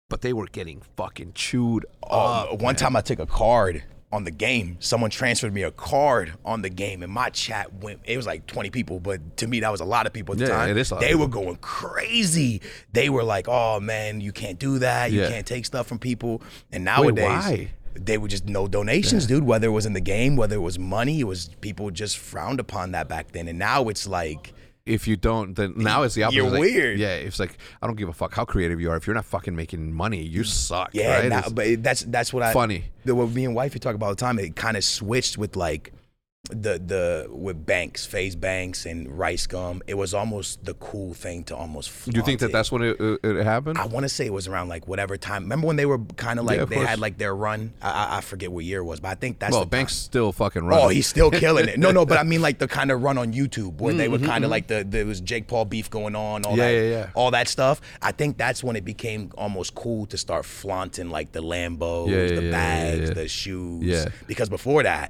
but they were getting fucking chewed
Uh,
up
one time I took a card on the game. Someone transferred me a card on the game, and my chat went. It was like 20 people, but to me that was a lot of people at the
Yeah,
time.
it is a lot of
they were going crazy. They were like, "Oh man, you can't do that. You
Yeah.
can't take stuff from people." And nowadays.
why?
They were just no donations, dude. Whether it was in the game, whether it was money, it was people just frowned upon that back then. And now it's like
If you don't, then now it's the opposite.
You're
It's like-
weird.
Yeah, it's like I don't give a fuck how creative you are. If you're not fucking making money, you suck.
Mm. Yeah,
right?
nah,
It's-
but it- that's that's what I
Funny.
The, what me and wifey talk about all the time. It kind of switched with like the the with banks, phase banks, and rice gum. It was almost the cool thing to almost.
do you think that
flaunt it.
that's when it, it, it happened?
I want to say it was around like whatever time. Remember when they were kind of like
of
they
course.
had like their run? I, I- I forget what year it was, but I think that's
well,
the
Banks still fucking
Time.
running.
Oh, he's still killing it. No, no, but I mean like the kind of run on YouTube where they were kind of like the there was Jake Paul beef going on, all
Mm-hmm, Yeah,
that,
yeah, yeah.
all that stuff. I think that's when it became almost cool to start flaunting like the Lambos,
Yeah, yeah,
the
yeah,
bags,
yeah, yeah.
the shoes.
Yeah.
Because before that,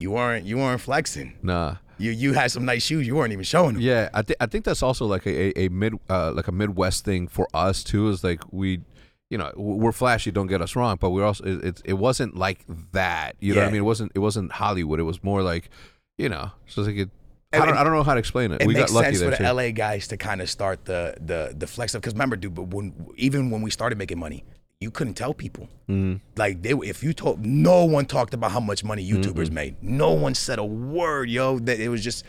you weren't you weren't flexing.
nah.
You you had some nice shoes. You weren't even showing them.
Yeah, I, th- I think that's also like a, a, a mid uh, like a Midwest thing for us too. Is like we, you know, w- we're flashy. Don't get us wrong, but we're also it, it, it wasn't like that. You know what I
Yeah.
mean? It wasn't it wasn't Hollywood. It was more like, you know, so it's like it, I
And-
don't I don't know how to explain it.
it
we
makes
got lucky
sense
there
for the
too.
LA guys to kind of start the the the flex up because remember, dude, but when even when we started making money, you couldn't tell people.
Mm-hmm.
Like they, if you told, no one talked about how much money YouTubers made. No one said a word, yo. That it was just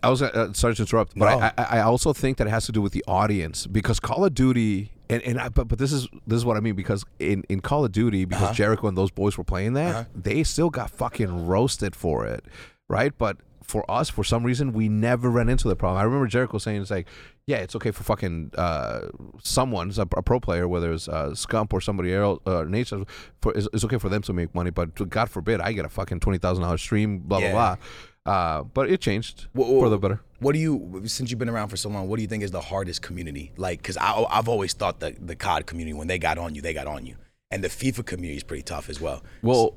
I was uh, sorry to interrupt, but
No.
I I, I also think that it has to do with the audience because Call of Duty and, and I, but but this is this is what I mean because in, in Call of Duty because
Uh-huh.
Jericho and those boys were playing that they still got fucking roasted for it, right? But for us, for some reason, we never ran into the problem. I remember Jericho saying it's like, yeah, it's okay for fucking uh, someone, a, a pro player, whether it's uh, Scump or somebody else, uh, Nation, for it's, it's okay for them to make money, but God forbid I get a fucking twenty thousand dollars stream, blah
Yeah.
blah blah. Uh, but it changed
Wha- wha-
for the better.
What do you, since you've been around for so long, what do you think is the hardest community? Like, because I've always thought the the COD community, when they got on you, they got on you, and the FIFA community is pretty tough as well.
Well,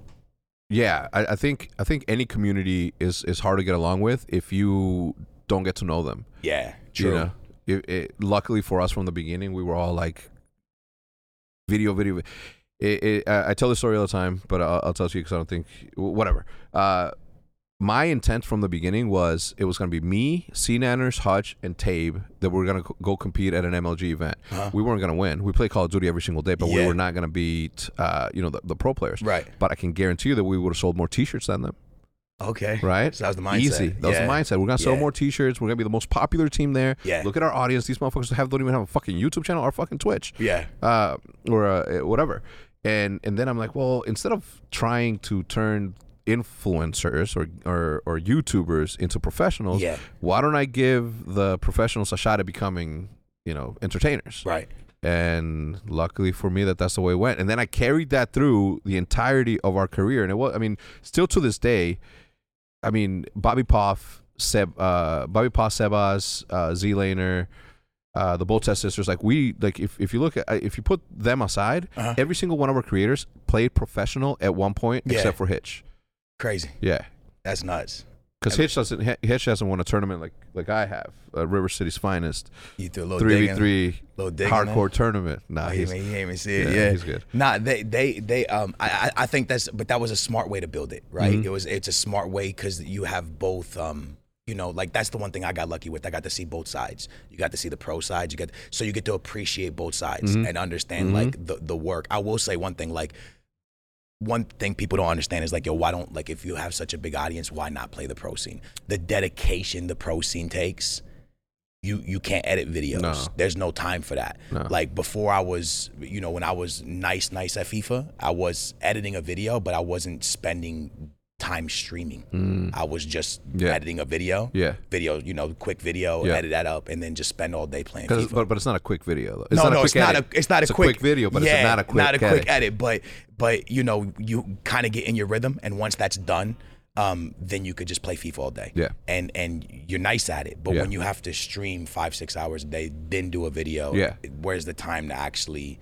yeah, I, I think I think any community is is hard to get along with if you don't get to know them.
Yeah,
you
true.
know? It- it- luckily for us, from the beginning, we were all like video, video. vi- It, it, I I tell this story all the time, but I'll, I'll tell it to you because I don't think whatever. Uh, my intent from the beginning was it was going to be me, C Nanners, Hutch, and Tabe that were going to go compete at an MLG event. We weren't going to win. We play Call of Duty every single day, but we
Uh-huh. Yeah.
were not going to beat uh, you know the, the pro players.
Right.
But I can guarantee you that we would have sold more T-shirts than them.
Okay.
Right.
So that was the mindset.
Easy. That was the
Yeah.
mindset. We're gonna sell
Yeah.
more T-shirts. We're gonna be the most popular team there.
Yeah.
Look at our audience. These motherfuckers have don't even have a fucking YouTube channel or fucking Twitch.
Yeah.
Uh, or uh, whatever. And and then I'm like, well, instead of trying to turn influencers or or, or YouTubers into professionals,
Yeah.
why don't I give the professionals a shot at becoming you know entertainers?
Right.
and luckily for me that that's the way it went and then i carried that through the entirety of our career and it was i mean still to this day i mean bobby poff seb uh bobby poff sebas uh z laner uh, the Boltest sisters, like we, like if, if you look at if you put them aside,
Uh-huh.
every single one of our creators played professional at one point,
Yeah.
except for Hitch.
Crazy.
Yeah,
That's nuts.
because Hitch doesn't Hi- Hitch hasn't won a tournament like like I have, uh, River City's finest
You threw a little
three v
dig
three
Little dig in there.
hardcore tournament. Nah,
in. Oh, He,
he's
he ain't even see it.
yeah,
Yeah,
he's good.
Nah, they, they, they. Um, I, I I think that's, but that was a smart way to build it, right?
Mm-hmm.
It was, it's a smart way because you have both. Um, you know, like that's the one thing I got lucky with. I got to see both sides. You got to see the pro sides. You got so you get to appreciate both sides
Mm-hmm.
and understand like the the work. I will say one thing, like one thing people don't understand is like, yo, why don't like if you have such a big audience, why not play the pro scene? The dedication the pro scene takes, you you can't edit videos.
No.
There's no time for that. Like before I was, you know, when I was nice, nice at FIFA, I was editing a video, but I wasn't spending time streaming. I was just
Mm. Yeah.
editing a video.
Yeah.
Video, you know, quick video,
Yeah.
edit that up, and then just spend all day playing
'Cause-
FIFA
but, but it's not a quick video. Though. It's
no,
not
no,
a quick
it's not
edit.
a it's not
It's
a quick,
video, but
yeah,
it's not a quick
not a quick
edit.
edit. But but you know you kind of get in your rhythm, and once that's done, um, then you could just play FIFA all day.
Yeah.
and and you're nice at it. But
Yeah.
when you have to stream five six hours a day, then do a video,
Yeah.
where's the time to actually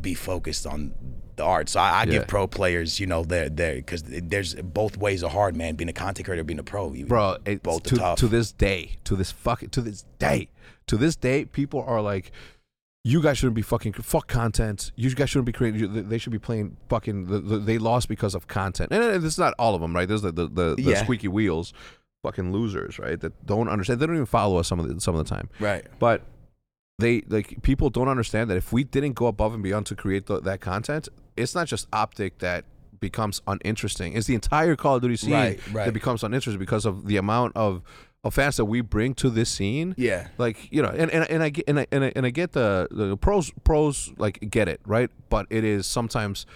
be focused on the art? So I, I
Yeah.
give pro players, you know, they're there because there's both ways are hard, man. Being a content creator, being a pro, you,
Bro, it's
both are
to,
tough.
to this day, to this fucking, to this day, to this day, people are like, you guys shouldn't be fucking, fuck content. You guys shouldn't be creating, you- they should be playing fucking, the, the, they lost because of content. And, and it's not all of them, right? There's the, the, the, the
Yeah.
squeaky wheels, fucking losers, right? That don't understand. They don't even follow us some of the, some of the time.
right?
But they like people don't understand that if we didn't go above and beyond to create th- that content, it's not just optic that becomes uninteresting. It's the entire Call of Duty scene
Right, right.
that becomes uninteresting because of the amount of of fans that we bring to this scene.
Yeah.
Like you know, and and, and I get and I, and I, and I get the, the pros pros like get it right, but it is sometimes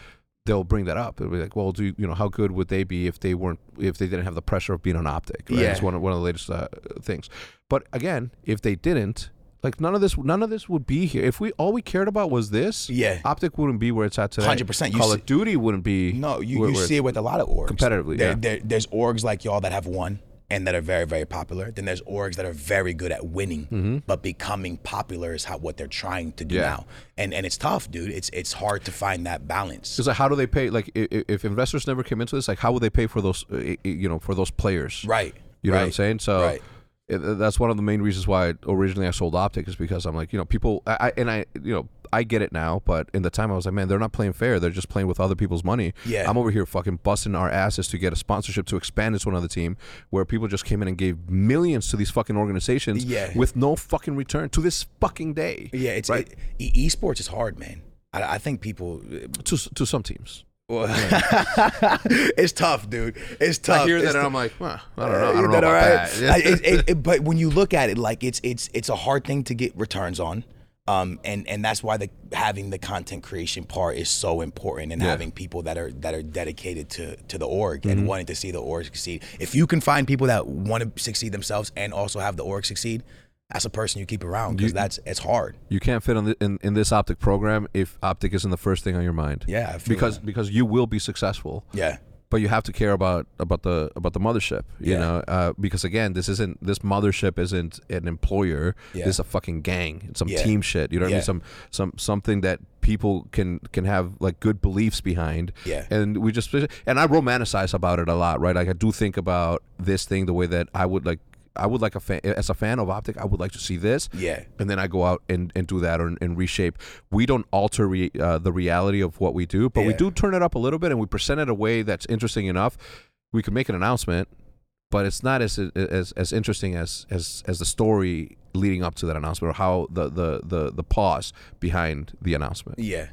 they'll bring that up. It'll be like, well, do you, you know how good would they be if they weren't if they didn't have the pressure of being on optic? Right?
Yeah.
it's one of, one of the latest uh, things. But again, if they didn't. Like none of this, none of this would be here if we all we cared about was this.
Yeah.
Optic wouldn't be where it's at today.
100%. You
Call
see-
of Duty wouldn't be.
No, you,
where-
you
where
see it with a lot of orgs.
Competitively,
There-
yeah.
there- there's orgs like y'all that have won and that are very, very popular. Then there's orgs that are very good at winning, but becoming popular is how what they're trying to do
Mm-hmm. Yeah.
now. And and it's tough, dude. It's it's hard to find that balance.
Because like, how do they pay? Like, i- i- if investors never came into this, like, how will they pay for those? uh, i- i- You know, for those players,
Right.
You know
right.
what I'm saying? So. it-
Right.
That's one of the main reasons why originally I sold Optic is because I'm like you know people I I- and I you know I get it now but in the time I was like man they're not playing fair they're just playing with other people's money
Yeah.
I'm over here fucking busting our asses to get a sponsorship to expand into another team where people just came in and gave millions to these fucking organizations
Yeah.
with no fucking return to this fucking day
Yeah, it's
Right.
it, e- esports is hard, man. I, I think people.
to s- to some teams
Well, it's tough, dude. It's tough.
I hear
Uh, It's Uh,
that and
tou-
I'm like well, I don't know I don't
Is
know
that
about
all right?
that
I- it- it- it- but when you look at it, like it's it's it's a hard thing to get returns on, um, and and that's why the having the content creation part is so important, and having people that are that are dedicated to to the org
Mm-hmm.
and wanting to see the org succeed. If you can find people that want to succeed themselves and also have the org succeed, that's a person you keep around because that's it's hard.
You can't fit on the, in in this optic program if optic isn't the first thing on your mind.
Yeah, I feel
because because you will be successful,
Yeah,
but you have to care about about the about the mothership. You
Yeah.
know, uh, because again, this isn't this mothership isn't an employer.
Yeah.
This is a fucking gang. It's some
Yeah.
team shit. You know what I
Yeah.
mean? Some some something that people can can have like good beliefs behind.
Yeah.
and we just and I romanticize about it a lot, right? Like I do think about this thing the way that I would like. I would like a fan as a fan of optic. I would like to see this
yeah,
and then I go out and, and do that or, and reshape. We don't alter re, uh, the reality of what we do, but we
Yeah.
do turn it up a little bit and we present it a way that's interesting enough. We can make an announcement, but it's not as as, as interesting as, as as the story leading up to that announcement or how the the the, the pause behind the announcement.
yeah,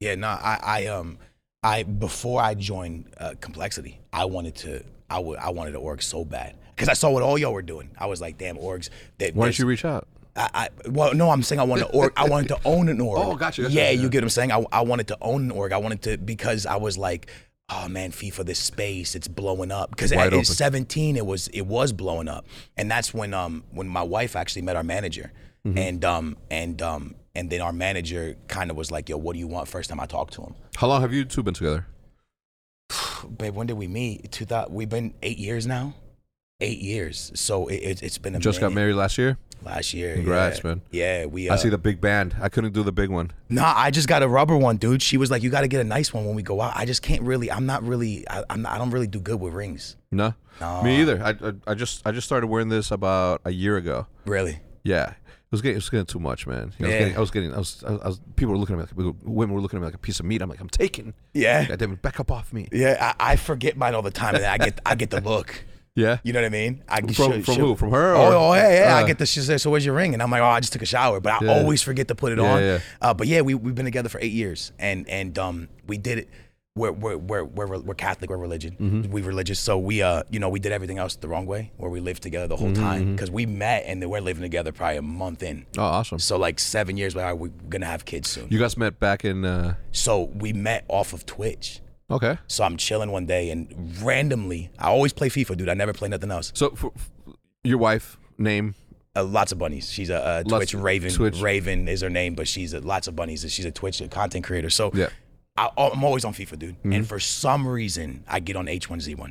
yeah. No, I I um I before I joined uh, Complexity, I wanted to I would I wanted to org so bad because I saw what all y'all were doing. I was like, damn, orgs. They,
Why don't
there's-
you reach out?
I, I well, no, I'm saying I wanted to org. I wanted to own an org.
Oh, gotcha, gotcha,
Yeah,
gotcha.
you get what I'm saying. I, I wanted to own an org. I wanted to because I was like, oh man, FIFA, this space, it's blowing up. Because
Wide
at,
open.
at 17, it was it was blowing up, and that's when um when my wife actually met our manager,
Mm-hmm.
and um and um and then our manager kind of was like, yo, what do you want? First time I talked to him,
How long have you two been together?
babe, when did we meet? Two thousand. We've been eight years now. Eight years. So it, it, it's been a
Just got
minute.
married last year.
last year.
Congrats,
yeah.
man.
Yeah, we.
I
uh,
see the big band. I couldn't do the big one.
Nah, I just got a rubber one, dude. She was like, "You got to get a nice one when we go out." I just can't really. I'm not really. I, I'm not, I don't really do good with rings.
No, me either. I, I I just I just started wearing this about a year ago.
Really.
Yeah. It was getting, it was getting too much, man. You know,
Yeah.
I was getting, I was getting, I was, I was, people were looking at me like, women were looking at me like a piece of meat. I'm like, I'm taken.
Yeah.
God damn it, back up off me.
Yeah. I, I forget mine all the time, and then I get I get the look.
Yeah.
You know what I mean? I from,
from who? From her or-
oh, oh, yeah, yeah.
uh,
I get the. She says, "So where's your ring?" And I'm like, "Oh, I just took a shower," but I
Yeah.
always forget to put it
Yeah,
on.
yeah.
Uh, but yeah, we we've been together for eight years, and and um, we did it. We're we're we're we're, we're Catholic. We're religion.
Mm-hmm.
We religious. So we uh, you know, we did everything else the wrong way, where we lived together the whole
Mm-hmm.
time because we met and then we're living together probably a month in.
Oh, awesome.
So like seven years, like, all right, we're gonna have kids soon.
You guys met back in, uh,
So we met off of Twitch.
okay.
So I'm chilling one day and randomly, I always play FIFA, dude. I never play nothing else.
So for, f your wife, name,
Uh, lots of bunnies. She's a, a
Lots-
Twitch Raven.
Twitch.
Raven is her name, but she's a, lots of bunnies. and She's a Twitch content creator. So
Yeah. Mm-hmm.
I, I'm always on FIFA, dude. And for some reason, I get on H1Z1.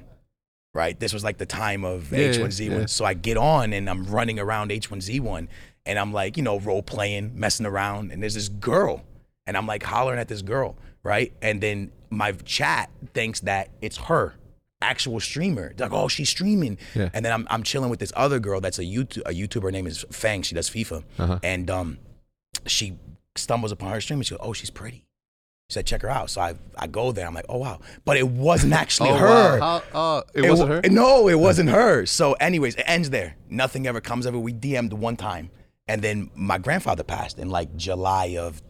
Right, this was like the time of
yeah,
H1Z1.
yeah.
So I get on and I'm running around H1Z1, and I'm like, you know, role playing, messing around, and there's this girl, and I'm like hollering at this girl, right? And then my chat thinks that it's her, actual streamer. They're like, oh, she's streaming.
Yeah.
And then I'm, I'm chilling with this other girl that's a YouTube a YouTuber. Her name is Fang. She does FIFA,
Uh-huh.
and um, she stumbles upon her stream and she goes, oh, she's pretty. She said, check her out. So I, I go there. I'm like, oh wow, but it wasn't actually
Oh,
her.
wow. How- oh, it, wasn't her?
wa- No, it wasn't her. So, anyways, it ends there. Nothing ever comes of it. We DM'd one time, and then my grandfather passed in like July of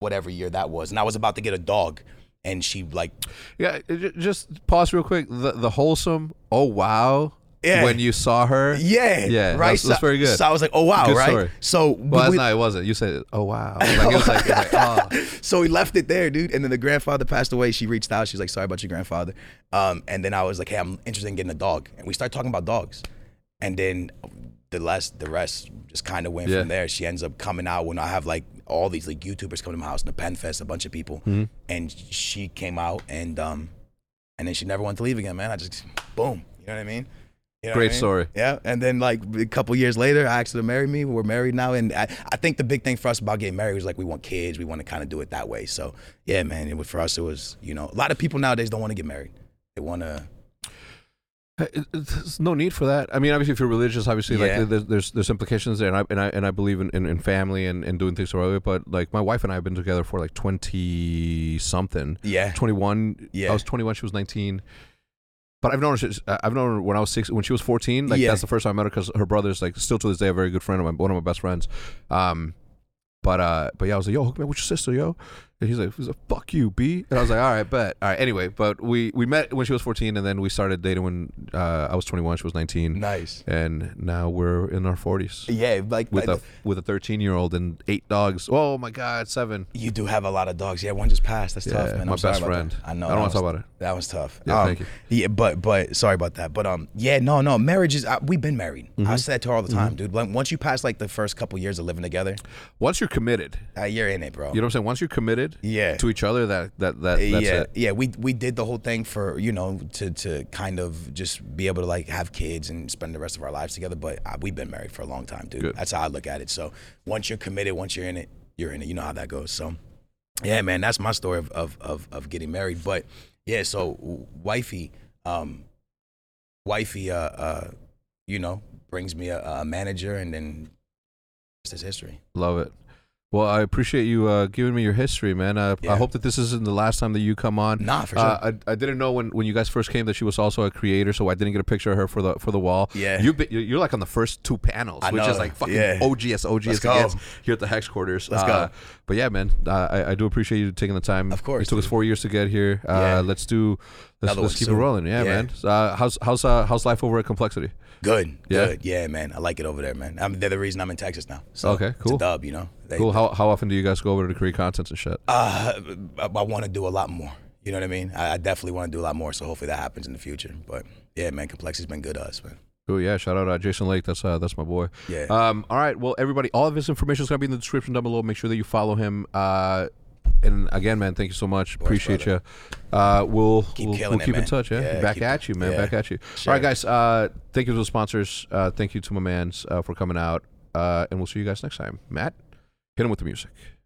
whatever year that was, and I was about to get a dog, and she like,
yeah. it ju- Just pause real quick. The, the wholesome, oh, wow.
Yeah.
when you saw her.
Yeah.
yeah,
Right.
That's, that's
so,
very good.
So I was like, oh wow,
Good
right.
story.
So
well, that's
we-
not. It wasn't. You said, "Oh wow!" Like, it was like, it was like, oh.
so we left it there, dude. And then the grandfather passed away. She reached out. She's like, sorry about your grandfather. Um, and then I was like, hey, I'm interested in getting a dog. And we started talking about dogs. And then the last, the rest just kind of went
Yeah.
from there. She ends up coming out when I have like all these like YouTubers come to my house, the Pen Fest, a bunch of people. And she came out and um, and then she never wanted to leave again, man. I just boom, you know what I mean? You know what
Great
I mean?
story.
Yeah, and then like a couple years later, I asked her to marry me. We're married now, and I, I think the big thing for us about getting married was like we want kids. We want to kind of do it that way. So yeah, man, it was for us. It was you know a lot of people nowadays don't want to get married. They want to
Uh, It- it- There's no need for that. I mean, obviously, if you're religious, obviously,
Yeah.
like there's, there's there's implications there, and I and I and I believe in, in, in family and, and doing things the right way. But like my wife and I have been together for like twenty something,
yeah
twenty one.
Yeah.
I was twenty one. She was nineteen. But I've known her. since- uh, I've known her when I was six. When she was fourteen, like
Yeah.
that's the first time I met her because her brother's like still to this day a very good friend of mine, one of my best friends. Um, but uh, but yeah, I was like, yo, hook me up with your sister, yo. And he's like, he's like, fuck you, B. And I was like, all right, bet. All right, anyway. But we we met when she was 14, and then we started dating when uh, I was 21, she was 19,
nice.
and now we're in our 40s
Yeah, like
with
like-
a with a 13 year old and eight dogs. Oh my God, seven.
you do have a lot of dogs. Yeah, one just passed. That's tough,
Yeah,
man.
my
I'm sorry
best
about
friend.
That. I know.
I don't
that
wanna talk
was-
about it.
That was tough.
Yeah,
um,
thank you.
Yeah, but but sorry about that. But um, yeah, no, no. Marriage is. I, we've been married.
Mm-hmm.
I say that to her all the time, dude. Like, once you pass like the first couple years of living together,
Once you're committed,
uh, you're in it, bro.
you know what I'm saying. Once you're committed,
Yeah.
to each other, that that that that's
yeah,
it.
yeah. We we did the whole thing for you know to to kind of just be able to like have kids and spend the rest of our lives together. But uh, we've been married for a long time, dude.
Good.
That's how I look at it. So once you're committed, once you're in it, you're in it. You know how that goes. So yeah, man, that's my story of of of, of getting married. But yeah, so w- wifey, um, wifey, uh, uh, you know, brings me a, a manager, and then it's his history.
Love it. Well, I appreciate you uh, giving me your history, man. Uh, I
Yeah.
hope that this isn't the last time that you come on.
Nah, for sure.
Uh, I, I didn't know when, when you guys first came that she was also a creator, so I didn't get a picture of her for the for the wall.
Yeah.
you've been, you're, you're like on the first two panels,
I
which
know.
is like fucking
Yeah.
OGS OGS
Let's go.
against here at the Hex Quarters.
Let's
Uh,
go.
But yeah, man, uh, I, I do appreciate you taking the time.
Of course,
it took us
dude.
four years to get here. Uh,
Yeah.
Let's do let's,
Another
let's
one
keep
soon.
it rolling. Yeah,
Yeah.
man. Uh, how's how's uh, how's life over at Complexity?
Good,
Yeah?
good, yeah, man. I like it over there, man. I'm, they're the reason I'm in Texas now. So
Okay,
It's
cool.
a dub, you know. They-
Cool. How how often do you guys go over to create content and shit?
Uh, I, I want to do a lot more. You know what I mean? I, I definitely want to do a lot more. So hopefully that happens in the future. But yeah, man, complexity's been good to us, man.
Oh yeah, shout out uh, Jason Lake. That's uh, that's my boy.
Yeah.
Um. All right. Well, everybody, all of his information is gonna be in the description down below. Make sure that you follow him. Uh, and again, man, thank you so much. Appreciate you. Uh, we'll we'll,
killing
we'll
it,
keep in
man.
touch. Yeah.
Yeah,
Back
keep-
at you, man.
yeah.
Back at you.
Sure.
All right, guys. Uh, thank you to the sponsors. Uh, thank you to my man's uh, for coming out. Uh, and we'll see you guys next time. Matt, hit him with the music.